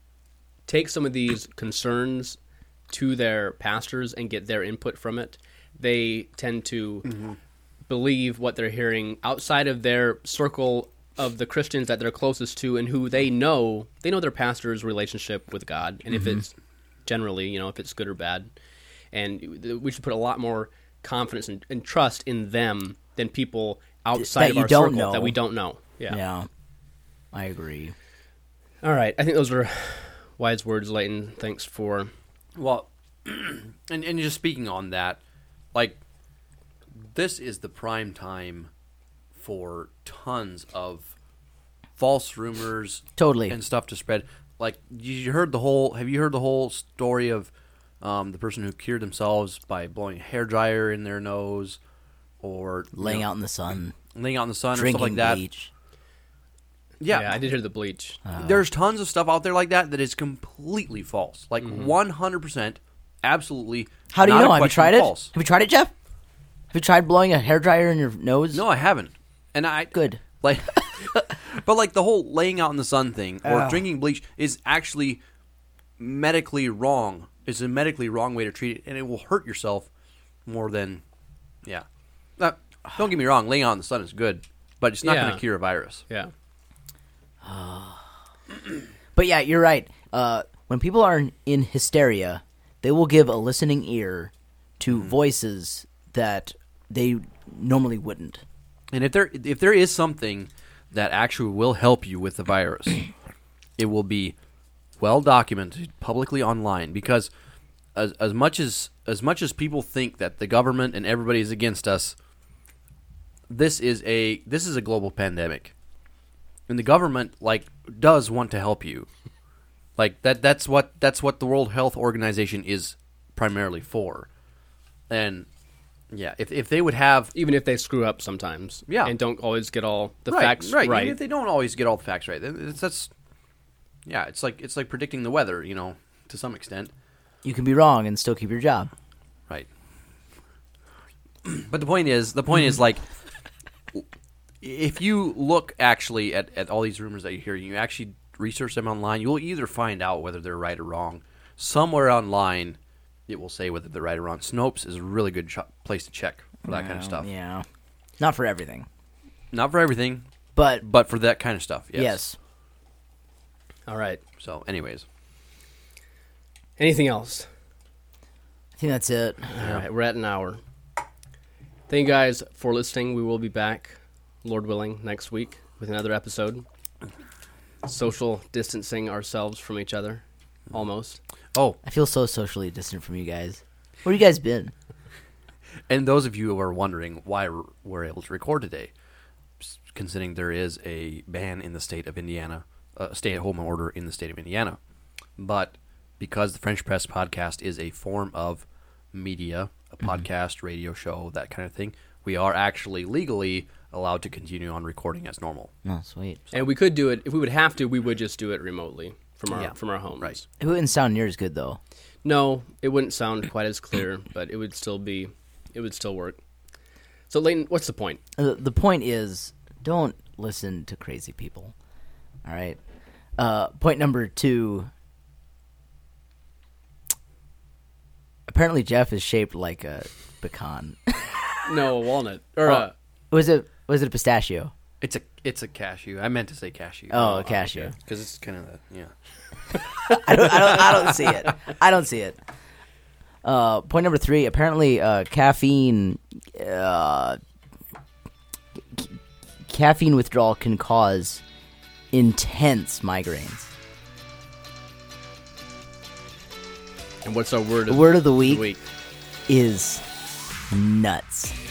Speaker 4: take some of these concerns to their pastors and get their input from it. They tend to believe what they're hearing outside of their circle of the Christians that they're closest to and who they know. They know their pastor's relationship with God and if it's generally, you know, if it's good or bad. And we should put a lot more confidence and, and trust in them than people outside
Speaker 5: That
Speaker 4: of
Speaker 5: you
Speaker 4: our
Speaker 5: don't
Speaker 4: circle
Speaker 5: know.
Speaker 4: that we don't know.
Speaker 5: yeah,
Speaker 4: Yeah.
Speaker 5: i agree
Speaker 4: All right. I think those were wise words, Leighton. Thanks for.
Speaker 6: Well, and and just speaking on that, like this is the prime time for tons of false rumors,
Speaker 5: Totally.
Speaker 6: and stuff to spread. Like you you heard the whole. Have you heard the whole story of um, the person who cured themselves by blowing a hair dryer in their nose, or you
Speaker 5: laying
Speaker 6: know,
Speaker 5: out in the sun
Speaker 6: laying out in the sun, or stuff
Speaker 5: drinking
Speaker 6: like that?
Speaker 5: bleach
Speaker 6: Yeah, Uh-huh.
Speaker 4: Yeah, I did hear the bleach.
Speaker 5: Uh.
Speaker 6: there's tons of stuff out there like that that is completely false, like 100 percent, absolutely.
Speaker 5: how do you
Speaker 6: not a
Speaker 5: know have you
Speaker 6: question
Speaker 5: tried it
Speaker 6: false.
Speaker 5: have you tried it jeff have you tried blowing a hairdryer in your nose
Speaker 6: No, I haven't. And I
Speaker 5: Good.
Speaker 6: like, but like the whole laying out in the sun thing or drinking bleach is actually medically wrong. It's a medically wrong way to treat it, and it will hurt yourself more than, yeah. Now, don't get me wrong, laying out in the sun is good, but it's not going
Speaker 4: Yeah.
Speaker 6: to cure a virus.
Speaker 4: Yeah.
Speaker 5: But yeah, you're right. Uh, when people are in, in hysteria, they will give a listening ear to
Speaker 6: Mm-hmm.
Speaker 5: voices that they normally wouldn't.
Speaker 6: And if there if there is something that actually will help you with the virus, it will be well documented publicly online because as, as much as as much as people think that the government and everybody is against us, this is a this is a global pandemic, and the government like does want to help you, like that. That's what that's what the World Health Organization is primarily for, and yeah, if if they would have
Speaker 4: even if they screw up sometimes.
Speaker 6: Yeah.
Speaker 4: and don't always get all the facts
Speaker 6: right,
Speaker 4: right.
Speaker 6: even if they don't always get all the facts right, then it's, that's yeah, it's like it's like predicting the weather, you know, to some extent.
Speaker 5: You can be wrong and still keep your job.
Speaker 6: Right. but the point is, the point is like, if you look actually at, at all these rumors that you hear, you actually research them online, you'll either find out whether they're right or wrong. Somewhere online, it will say whether they're right or wrong. Snopes is a really good ch- place to check for that kind of stuff.
Speaker 5: Um, Yeah. Not for everything.
Speaker 6: Not for everything,
Speaker 5: But
Speaker 6: but for that kind of stuff. Yes.
Speaker 5: yes.
Speaker 4: all right.
Speaker 6: So, anyways,
Speaker 4: Anything else?
Speaker 5: I think that's it.
Speaker 4: All right, we're at an hour. Thank you guys for listening. We will be back, Lord willing, next week with another episode. Social distancing ourselves from each other, almost.
Speaker 6: oh,
Speaker 5: I feel so socially distant from you guys. Where you guys been?
Speaker 6: And those of you who are wondering why we're- we're able to record today, s- considering there is a ban in the state of Indiana, a stay at home order in the state of Indiana. But because the French Press podcast is a form of media, a
Speaker 5: Mm-hmm.
Speaker 6: podcast, radio show, that kind of thing, we are actually legally allowed to continue on recording as normal.
Speaker 5: Oh, sweet.
Speaker 4: And we could do it if we would have to. We would just do it remotely from our
Speaker 6: Yeah,
Speaker 4: from our homes.
Speaker 6: right.
Speaker 5: It wouldn't sound near as good though.
Speaker 4: No, it wouldn't sound quite as clear, but it would still be. It would still work. So, Leighton, what's the point?
Speaker 5: Uh, the point is, don't listen to crazy people. All right. Uh, point number two. Apparently, Jeff is shaped like a pecan.
Speaker 4: No, a walnut or uh, a
Speaker 5: was it? Was it a pistachio?
Speaker 6: It's a it's a cashew. I meant to say cashew.
Speaker 5: Oh, a cashew.
Speaker 6: Because it's kind of the yeah.
Speaker 5: I don't, I don't, I don't see it. I don't see it. Uh, point number three. Apparently, uh, caffeine, uh, c- caffeine withdrawal can cause intense migraines.
Speaker 4: and what's our word?
Speaker 5: The word of the
Speaker 4: the
Speaker 5: week
Speaker 4: week.
Speaker 5: is nuts.